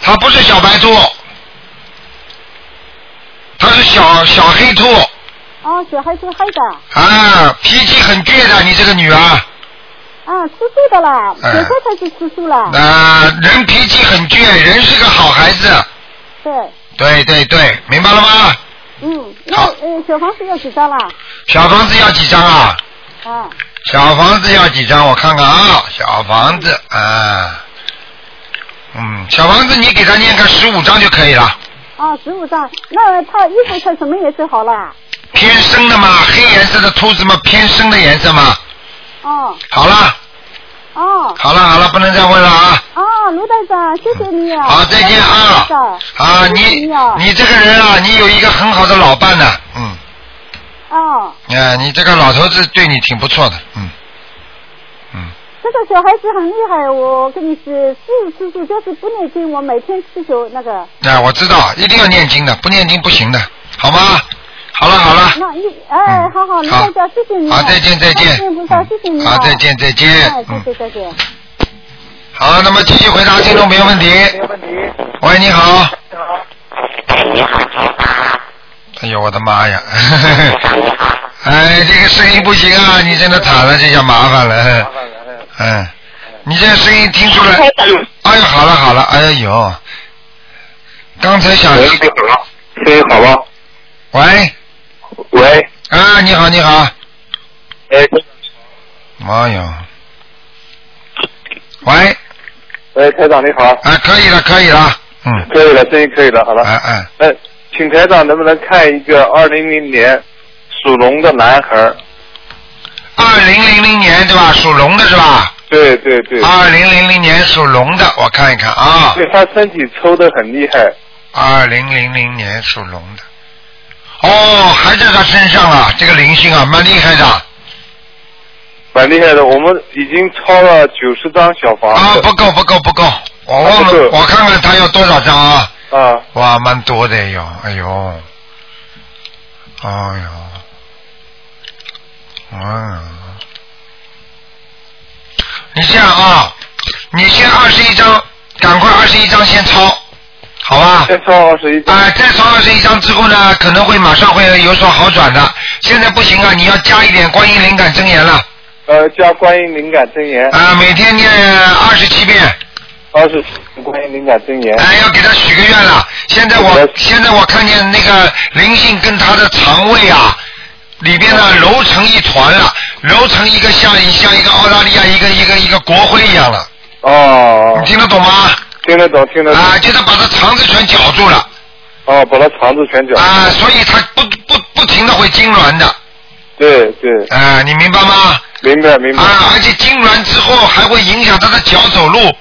Speaker 1: 它不是小白兔，它是小小黑兔
Speaker 7: 哦，小孩子黑的，
Speaker 1: 啊，脾气很倔的，你这个女儿
Speaker 7: 啊，吃素的啦，
Speaker 1: 哎
Speaker 7: 小时候才是吃素啦，
Speaker 1: 啊，人脾气很倔，人是个好孩子，
Speaker 7: 对，
Speaker 1: 对对对，明白了吗？
Speaker 7: 嗯，那呃小房子要几张啦？
Speaker 1: 小房子要几张啊？
Speaker 7: 啊，
Speaker 1: 小房子要几张？我看看啊，小房子啊，嗯，小房子你给他念个十五张就可以了，
Speaker 7: 啊，十五张，那他衣服穿什么颜色好啦？
Speaker 1: 偏深的嘛，黑颜色的兔子嘛，偏深的颜色嘛，
Speaker 7: 哦，
Speaker 1: 好了。
Speaker 7: 哦，
Speaker 1: 好了好了，不能再问了啊！
Speaker 7: 哦，卢台长，谢谢你啊，
Speaker 1: 好再见啊
Speaker 7: 卢台长
Speaker 1: 啊，
Speaker 7: 谢谢
Speaker 1: 你
Speaker 7: 啊
Speaker 1: 你这个人啊，你有一个很好的老伴呢、嗯，
Speaker 7: 哦。
Speaker 1: 啊，你这个老头子对你挺不错的，嗯，
Speaker 7: 这个小孩子很厉害，我跟你是是是是，就是不念经，我每天吃酒那个。
Speaker 1: 啊，我知道，一定要念经的，不念经不行的，好吗？好了好了，嗯
Speaker 7: 那一哎，好好，卢
Speaker 1: 好
Speaker 7: 台长，谢谢你啊。
Speaker 1: 好再见再
Speaker 7: 观
Speaker 1: 见嗯
Speaker 7: 世音菩萨谢谢你啊。
Speaker 1: 好，再见再见，
Speaker 7: 哎，
Speaker 1: 嗯
Speaker 7: 再，见再见。
Speaker 1: 好，那么继续回答听众朋友问题。喂，你好。哎呦我的妈呀！ 哎，这个声音不行啊，你真的惨了，这下麻烦了。嗯，你这声音听出来？哎呦，好了好了，哎呦，刚才想，
Speaker 8: 声音好吗？
Speaker 1: 喂，
Speaker 8: 喂，
Speaker 1: 啊，你好你好，
Speaker 8: 哎，
Speaker 1: 哎呦，喂，
Speaker 8: 喂，台长你好，
Speaker 1: 啊，可以了可以了，嗯，
Speaker 8: 可以了，声音可以了，好了。
Speaker 1: 哎哎，
Speaker 8: 哎，请台长能不能看一个二零零年属龙的男孩儿？
Speaker 1: 二零零零年对吧？属龙的是吧？
Speaker 8: 对对对，
Speaker 1: 二零零零年属龙的，我看一看啊。
Speaker 8: 对他身体抽的很厉害。
Speaker 1: 二零零零年属龙的，哦，还在他身上啊，这个灵性啊，蛮厉害的
Speaker 8: 蛮厉害的，我们已经超了九十张小房
Speaker 1: 啊，
Speaker 8: 子
Speaker 1: 不够不够不够，我忘
Speaker 8: 啊不
Speaker 1: 了，
Speaker 8: 够
Speaker 1: 我看看他要多少张啊？
Speaker 8: 啊
Speaker 1: 哇，蛮多的哟，哎呦，哎呦，哎呦，你这样啊，你先二十一张，赶快二十一张先抄，好吧？
Speaker 8: 先超二十一张
Speaker 1: 啊、再烧二十一张之后呢，可能会马上会有所好转的。现在不行啊，你要加一点观音灵感真言了。
Speaker 8: 呃，加观音灵感真言，
Speaker 1: 啊、每天念二十七遍，
Speaker 8: 二十观音灵感真言，
Speaker 1: 哎、要给他许个愿了。现在
Speaker 8: 好
Speaker 1: 我
Speaker 8: 的
Speaker 1: 现在我看见那个灵性跟他的肠胃啊，里边呢揉成一团了，揉成一个像像一个澳大利亚一个一个一个国徽一样了。
Speaker 8: 哦
Speaker 1: 你，听得懂吗？啊、
Speaker 8: 听得懂，听得懂，
Speaker 1: 就是把他肠子全绞住了啊
Speaker 8: 哦，把他肠子全绞，
Speaker 1: 啊、所以他不不不停的会痉挛的。
Speaker 8: 对对。
Speaker 1: 啊，你明白吗？
Speaker 8: 明白明白。
Speaker 1: 啊，而且痉挛之后还会影响他的脚走路。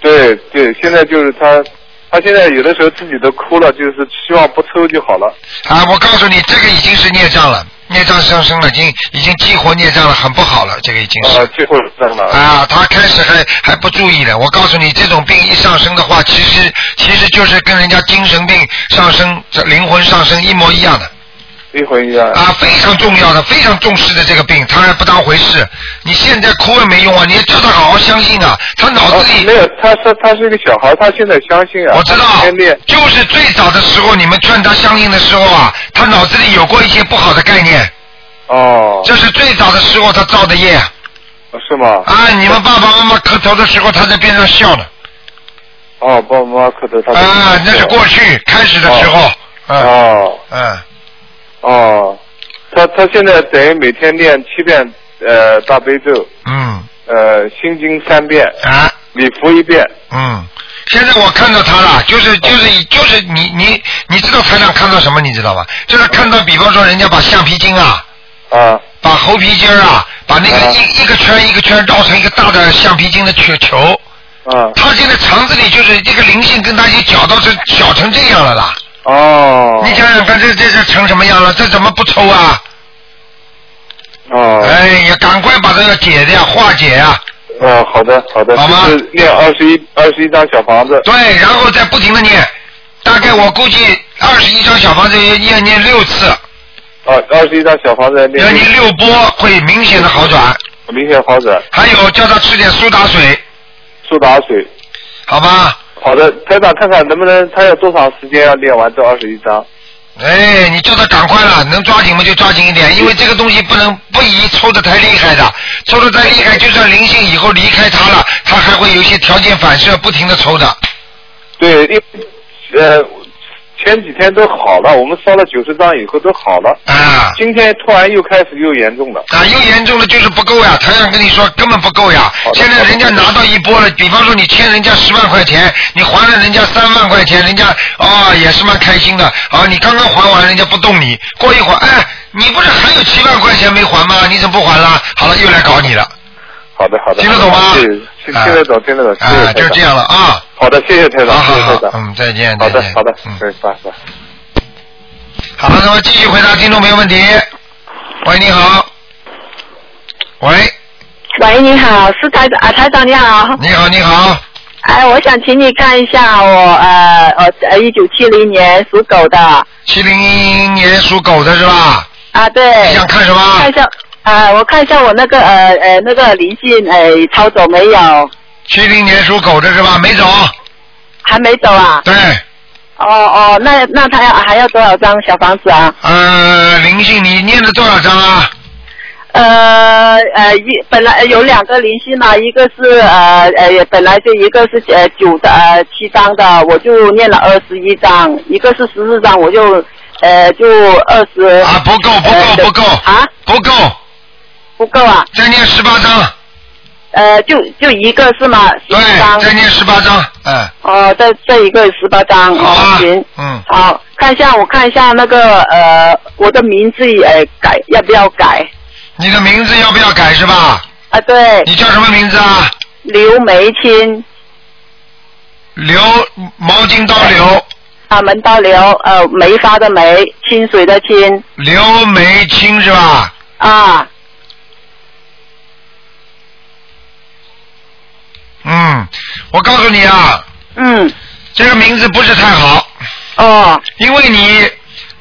Speaker 8: 对对，现在就是他，他现在有的时候自己都哭了，就是希望不抽就好了。
Speaker 1: 啊，我告诉你，这个已经是孽障了，孽障上升了，已经已经激活孽障了，很不好了，这个已经是。
Speaker 8: 啊，最后算了。
Speaker 1: 啊，他开始还还不注意了。我告诉你，这种病一上升的话，其实其实就是跟人家精神病上升、这灵魂上升一模一样的。
Speaker 8: 一回一样。
Speaker 1: 啊，非常重要的，非常重视的这个病，他还不当回事。你现在哭也没用啊，你要叫他好好相信啊。他脑子里、
Speaker 8: 啊、没有，他他他是一个小孩，他现在相信啊。
Speaker 1: 我知道，就是最早的时候，你们劝他相信的时候啊，他脑子里有过一些不好的概念。
Speaker 8: 哦。
Speaker 1: 这是最早的时候他造的业。
Speaker 8: 是吗？
Speaker 1: 啊，你们爸爸妈妈磕头的时候，他在边上笑呢。
Speaker 8: 哦，爸爸妈妈磕头，他。
Speaker 1: 啊，那是过去开始的时候。
Speaker 8: 哦。哦
Speaker 1: 嗯。
Speaker 8: 哦，他他现在等于每天念七遍呃大悲咒，
Speaker 1: 嗯，
Speaker 8: 呃心经三遍，
Speaker 1: 啊，
Speaker 8: 礼佛一遍，
Speaker 1: 嗯，现在我看到他了，就是就是就是你你你知道台长看到什么你知道吧？就是看到比方说人家把橡皮筋啊，
Speaker 8: 啊，
Speaker 1: 把猴皮筋啊，把那个一、啊、一个圈一个圈绕成一个大的橡皮筋的球球，
Speaker 8: 啊，
Speaker 1: 他现在肠子里就是这个灵性跟他已经搅到成搅成这样了啦。
Speaker 8: 哦，
Speaker 1: 你想想看，这这是成什么样了？这怎么不抽啊？
Speaker 8: 哦，
Speaker 1: 哎呀，赶快把这个解掉，化解啊！
Speaker 8: 哦，好的，好的，
Speaker 1: 好吗？
Speaker 8: 就是念二十一二十一张小房子。
Speaker 1: 对，哎然后再不停的念，大概我估计二十一张小房子要念六次。
Speaker 8: 哦，二十一张小房子念。
Speaker 1: 要念六波会明显的好转。
Speaker 8: 明显好转。
Speaker 1: 还有叫他吃点苏打水。
Speaker 8: 苏打水。
Speaker 1: 好吧。
Speaker 8: 好的，台长看看能不能他要多长时间要练完这二十一章？
Speaker 1: 哎，你叫他赶快了，能抓紧嘛就抓紧一点，因为这个东西不能不宜抽的太厉害的，抽的太厉害，就算灵性以后离开他了，他还会有一些条件反射，不停的抽的。
Speaker 8: 对，因呃前几天都好了，我们烧了九十张以后都好了。
Speaker 1: 啊。
Speaker 8: 今天突然又开始又严重了。
Speaker 1: 啊，又严重了就是不够呀！台长跟你说根本不够呀！现在人家拿到一波了，比方说你欠人家十万块钱，你还了人家三万块钱，人家哦也是蛮开心的。啊，你刚刚还完，人家不动你，过一会儿，哎，你不是还有七万块钱没还吗？你怎么不还了？好了，又来搞你了。
Speaker 8: 好的，好的。
Speaker 1: 听得懂吗？
Speaker 8: 对，听得懂，听得懂。
Speaker 1: 啊，就这样了啊。
Speaker 8: 好的，谢谢台长，谢谢台长。
Speaker 1: 嗯，再见，
Speaker 8: 好
Speaker 1: 再
Speaker 8: 的，
Speaker 1: 见。
Speaker 8: 好的，
Speaker 1: 嗯，
Speaker 8: 对，拜拜。
Speaker 1: 好了，那么继续回答听众朋友问题。喂，你好。喂，
Speaker 9: 喂，你好，是台长啊，台长你好。
Speaker 1: 你好，你好。
Speaker 9: 哎，我想请你看一下我呃我呃一九七零年属狗的
Speaker 1: 七零年属狗的是吧？
Speaker 9: 啊，对。
Speaker 1: 你想看什么？
Speaker 9: 看一下啊、我看一下我那个呃呃那个灵性呃抄走没有？
Speaker 1: 七零年属狗的是吧？没走。
Speaker 9: 还没走啊？
Speaker 1: 对，
Speaker 9: 哦哦，那那他要还要多少张小房子啊？
Speaker 1: 呃，灵性你念了多少章啊？
Speaker 9: 呃呃，一本来有两个灵性嘛，一个是呃呃本来就一个是呃九的呃七张的，我就念了二十一张，一个是十四张，我就呃就二十
Speaker 1: 啊，不够，不
Speaker 9: 呃
Speaker 1: 够，不够，
Speaker 9: 啊，
Speaker 1: 不够，
Speaker 9: 不够啊，
Speaker 1: 再念十八章。
Speaker 9: 呃就就一个是吗？十四
Speaker 1: 对，
Speaker 9: 张
Speaker 1: 再念十八章。嗯，
Speaker 9: 哦，这这一个十八张，
Speaker 1: 好
Speaker 9: 哦
Speaker 1: 啊
Speaker 9: 行，。
Speaker 1: 嗯，
Speaker 9: 好，看一下，我看一下那个呃，我的名字呃改要不要改
Speaker 1: 你的名字要不要改是吧？
Speaker 9: 啊？对，
Speaker 1: 你叫什么名字啊？
Speaker 9: 刘梅清
Speaker 1: 刘毛巾刀刘
Speaker 9: 啊，门刀刘呃，梅花的梅，清水的清
Speaker 1: 刘梅清是吧？
Speaker 9: 啊，
Speaker 1: 嗯，我告诉你啊，
Speaker 9: 嗯，
Speaker 1: 这个名字不是太好。
Speaker 9: 哦，
Speaker 1: 因为你，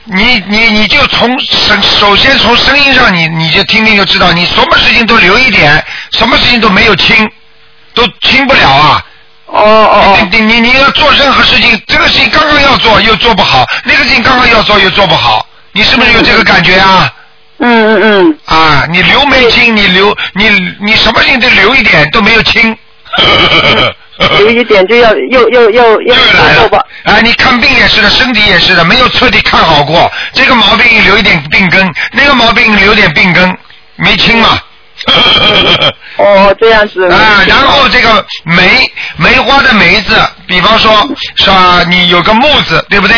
Speaker 1: 你你你就从首首先从声音上你你就听听就知道，你什么事情都留一点，什么事情都没有轻，都轻不了啊。
Speaker 9: 哦哦哦，
Speaker 1: 你你你你要做任何事情，这个事情刚刚要做又做不好，那个事情刚刚要做又做不好，你是不是有这个感觉啊？
Speaker 9: 嗯嗯嗯，
Speaker 1: 啊，你留没轻，你留你你什么事情都留一点都没有轻。
Speaker 9: 有一点就要又又又又
Speaker 1: 又来
Speaker 9: 又
Speaker 1: 了
Speaker 9: 吧，
Speaker 1: 哎，你看病也是的，身体也是的，没有彻底看好过。这个毛病留一点病根，那个毛病留点病根，没清嘛。
Speaker 9: 哦这样子
Speaker 1: 啊，然后这个梅梅花的梅字，比方说是吧？你有个木字，对不对？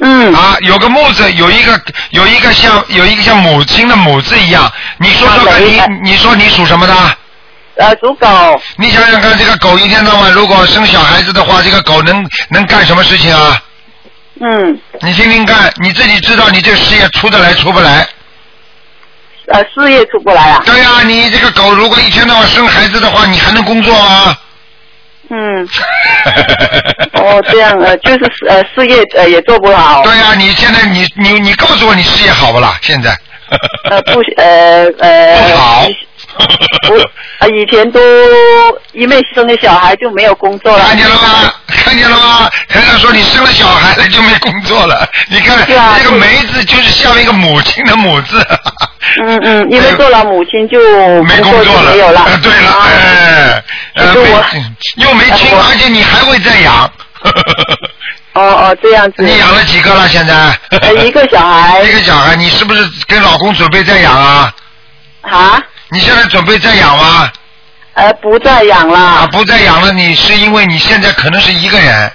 Speaker 1: 嗯。啊，有个木字，有一个有一个像有一个像母亲的母字一样。你说说
Speaker 9: 啊
Speaker 1: 看，你你说你属什么的？
Speaker 9: 呃，属狗。
Speaker 1: 你想想看，这个狗一天到晚如果生小孩子的话，这个狗能能干什么事情啊？
Speaker 9: 嗯。
Speaker 1: 你听听看，你自己知道你这事业出得来出不来？
Speaker 9: 呃，事业出不来啊。
Speaker 1: 对呀、你这个狗如果一天到晚生孩子的话，你还能工作啊吗？
Speaker 9: 嗯。哦，这样 呃，就是呃事业呃也做不好。
Speaker 1: 对啊呀、 你现在你你你告诉我你事业好不啦？现在？
Speaker 9: 呃不呃呃。不好。我呃以前都因为生了小孩就没有工作了。看
Speaker 1: 见了吗？看见了吗？台长说你生了小孩了就没工作了，你看、
Speaker 9: 对啊
Speaker 1: 这个梅字就是下面一个母亲的母字，
Speaker 9: 嗯嗯，
Speaker 1: 哎
Speaker 9: 因为做了母亲就没工作就没有了。
Speaker 1: 呃对了，哎、呃，
Speaker 9: 就是我哎
Speaker 1: 又没亲，而且你还会再养。
Speaker 9: 哦哦，这样子。
Speaker 1: 你养了几个了？现在？
Speaker 9: 呃一个小孩。
Speaker 1: 一个小孩，你是不是跟老公准备再养啊？
Speaker 9: 啊？
Speaker 1: 你现在准备再养吗？
Speaker 9: 呃，不再养了。
Speaker 1: 啊，不再养了，你是因为你现在可能是一个人。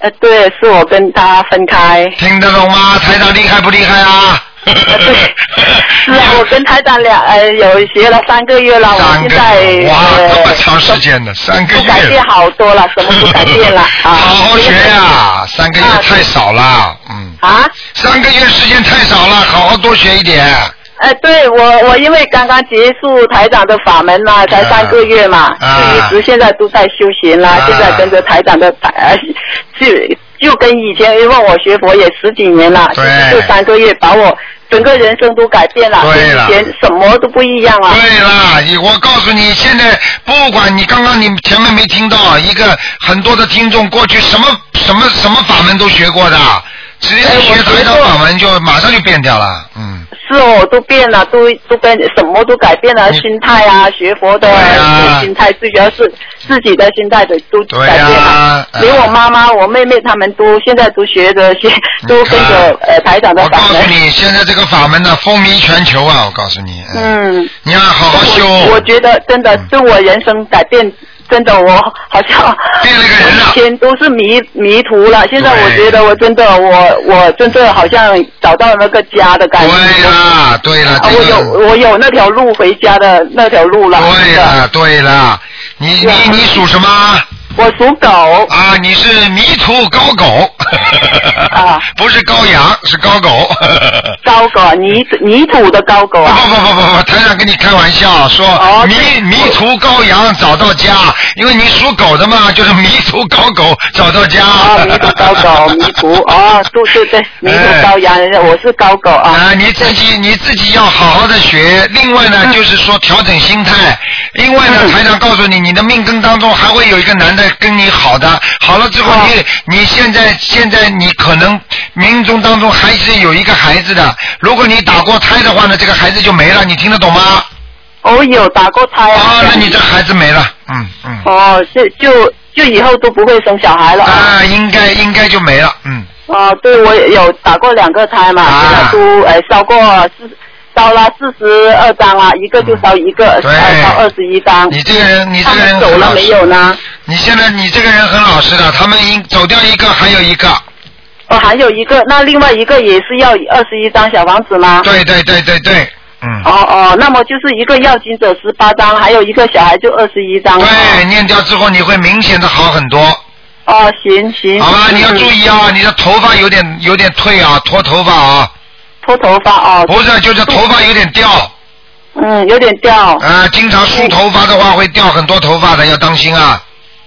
Speaker 9: 呃，对，是我跟他分开。
Speaker 1: 听得懂吗？台长厉害不厉害啊？
Speaker 9: 是啊，我跟台长两呃有学了三个月了，我现在
Speaker 1: 哇，
Speaker 9: 呃
Speaker 1: 这么长时间的，三个
Speaker 9: 都改
Speaker 1: 月
Speaker 9: 变，好多了，什么都改变 了啊。
Speaker 1: 好好学呀、三个月太少了，嗯。
Speaker 9: 啊？
Speaker 1: 三个月时间太少了，好好多学一点。
Speaker 9: 呃，对我我因为刚刚结束台长的法门嘛，才三个月嘛，
Speaker 1: 啊
Speaker 9: 就一直现在都在修行啦，现在跟着台长的呃，就就跟以前因为我学佛也十几年了，就是这三个月把我整个人生都改变了，
Speaker 1: 对了
Speaker 9: 跟以前什么都不一样啊了。
Speaker 1: 对啦，你我告诉你，现在不管你刚刚你前面没听到，一个很多的听众过去什么什么什么法门都学过的，直接
Speaker 9: 哎我
Speaker 1: 学台
Speaker 9: 学
Speaker 1: 长
Speaker 9: 过
Speaker 1: 法门就马上就变掉
Speaker 9: 哎
Speaker 1: 了，嗯。
Speaker 9: 是哦，我都变了，都都跟什么都改变
Speaker 1: 嗯
Speaker 9: 了，心态啊，学佛的、
Speaker 1: 啊
Speaker 9: 心态，最主要是自己的心态的都改变了。
Speaker 1: 啊
Speaker 9: 连我妈妈、我妹妹她们都现在都学着学，都跟着呃台长的法
Speaker 1: 啊告
Speaker 9: 门
Speaker 1: 诉。你，现在这个法门呢，风靡全球啊！我告诉你，嗯
Speaker 9: 嗯，
Speaker 1: 你要好好修。嗯
Speaker 9: 我我觉得真的对我人生改变，真的我好像变了个人了。以前都是迷迷途了，现在我觉得我真的我我真的好像找到那个家的感觉。对
Speaker 1: 啦，对了，
Speaker 9: 我有我有那条路回家的那条路了。嗯啊
Speaker 1: 对了，对了，你你你属什么？
Speaker 9: 我属狗。
Speaker 1: 啊，你是迷途高狗。 啊。 不是羔羊，是高狗。
Speaker 9: 高狗，泥泥土的高狗啊！
Speaker 1: 不不不不 不，台长跟你开玩笑说，
Speaker 9: 哦
Speaker 1: 迷迷途羔羊找到家，因为你属狗的嘛，就是迷途高狗找到家。啊，迷途
Speaker 9: 高狗，迷途哦，对对对，迷途羔羊，我是高狗啊。
Speaker 1: 啊，你自己你自己要好好的学。另外
Speaker 9: 嗯
Speaker 1: 呢，就是说调整心态。因为呢，台长告诉你，你的命根当中还会有一个男的跟你好的，好了之后
Speaker 9: 哦
Speaker 1: 你你现在现在你可能命中当中还是有一个孩子的。如果你打过胎的话呢，这个孩子就没了。你听得懂吗？
Speaker 9: 哦，有打过胎啊。
Speaker 1: 啊，那你这孩子没了，嗯嗯。
Speaker 9: 哦，就就就以后都不会生小孩了啊。
Speaker 1: 啊，应该应该就没了，嗯。啊
Speaker 9: 哦，对，我有打过两个胎嘛，现在都呃烧过四烧了四十二张啊，一个就烧一个，呃烧二十一张。
Speaker 1: 嗯你这个人，你这个
Speaker 9: 他们
Speaker 1: 人
Speaker 9: 走
Speaker 1: 很老
Speaker 9: 了
Speaker 1: 实
Speaker 9: 没有呢？
Speaker 1: 你现在你这个人很老实的，他们应走掉一个还有一个。
Speaker 9: 哦，还有一个，那另外一个也是要二十一张小房子吗？
Speaker 1: 对对对对对。
Speaker 9: 哦哦，那么就是一个要经者十八张，还有一个小孩就二十一张。
Speaker 1: 对，哎念掉之后你会明显的好很多。
Speaker 9: 哦，行行。
Speaker 1: 好吧，
Speaker 9: 嗯
Speaker 1: 你要注意啊，你的头发有点有点退啊，脱头发啊。
Speaker 9: 脱头发啊。
Speaker 1: 不是，就是头发有点掉。
Speaker 9: 嗯，有点掉。啊、
Speaker 1: 经常梳头发的话会掉很多头发的，要当心啊。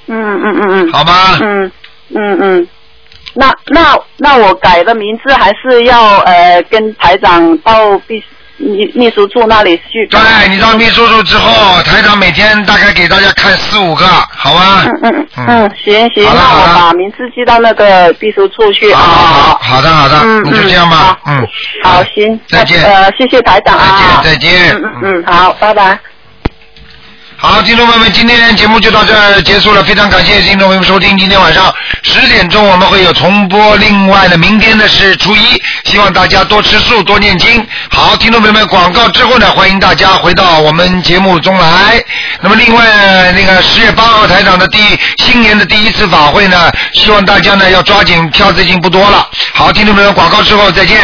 Speaker 9: 嗯嗯嗯嗯。
Speaker 1: 好吧
Speaker 9: 嗯嗯嗯。那那那我改了名字，还是要呃跟台长到秘秘秘书处那里去。对，
Speaker 1: 哎你到秘书处之后，台长每天大概给大家看四五个，好吧？
Speaker 9: 嗯嗯嗯，行行，那我把名字寄到那个秘书处去啊。
Speaker 1: 好的好的，
Speaker 9: 嗯
Speaker 1: 那就这样吧，嗯。
Speaker 9: 好，行，
Speaker 1: 再见
Speaker 9: 呃，谢谢台长啊。
Speaker 1: 再见
Speaker 9: 嗯嗯嗯，好，拜拜。
Speaker 1: 好，听众朋友们，今天节目就到这儿结束了，非常感谢听众朋友们收听。今天晚上十点钟我们会有重播，另外呢，明天呢是初一，希望大家多吃素，多念经。好，听众朋友们，广告之后呢，欢迎大家回到我们节目中来。那么另外那个十月八号台长的第一新年的第一次法会呢，希望大家呢要抓紧，票子已经不多了。好，听众朋友，广告之后再见。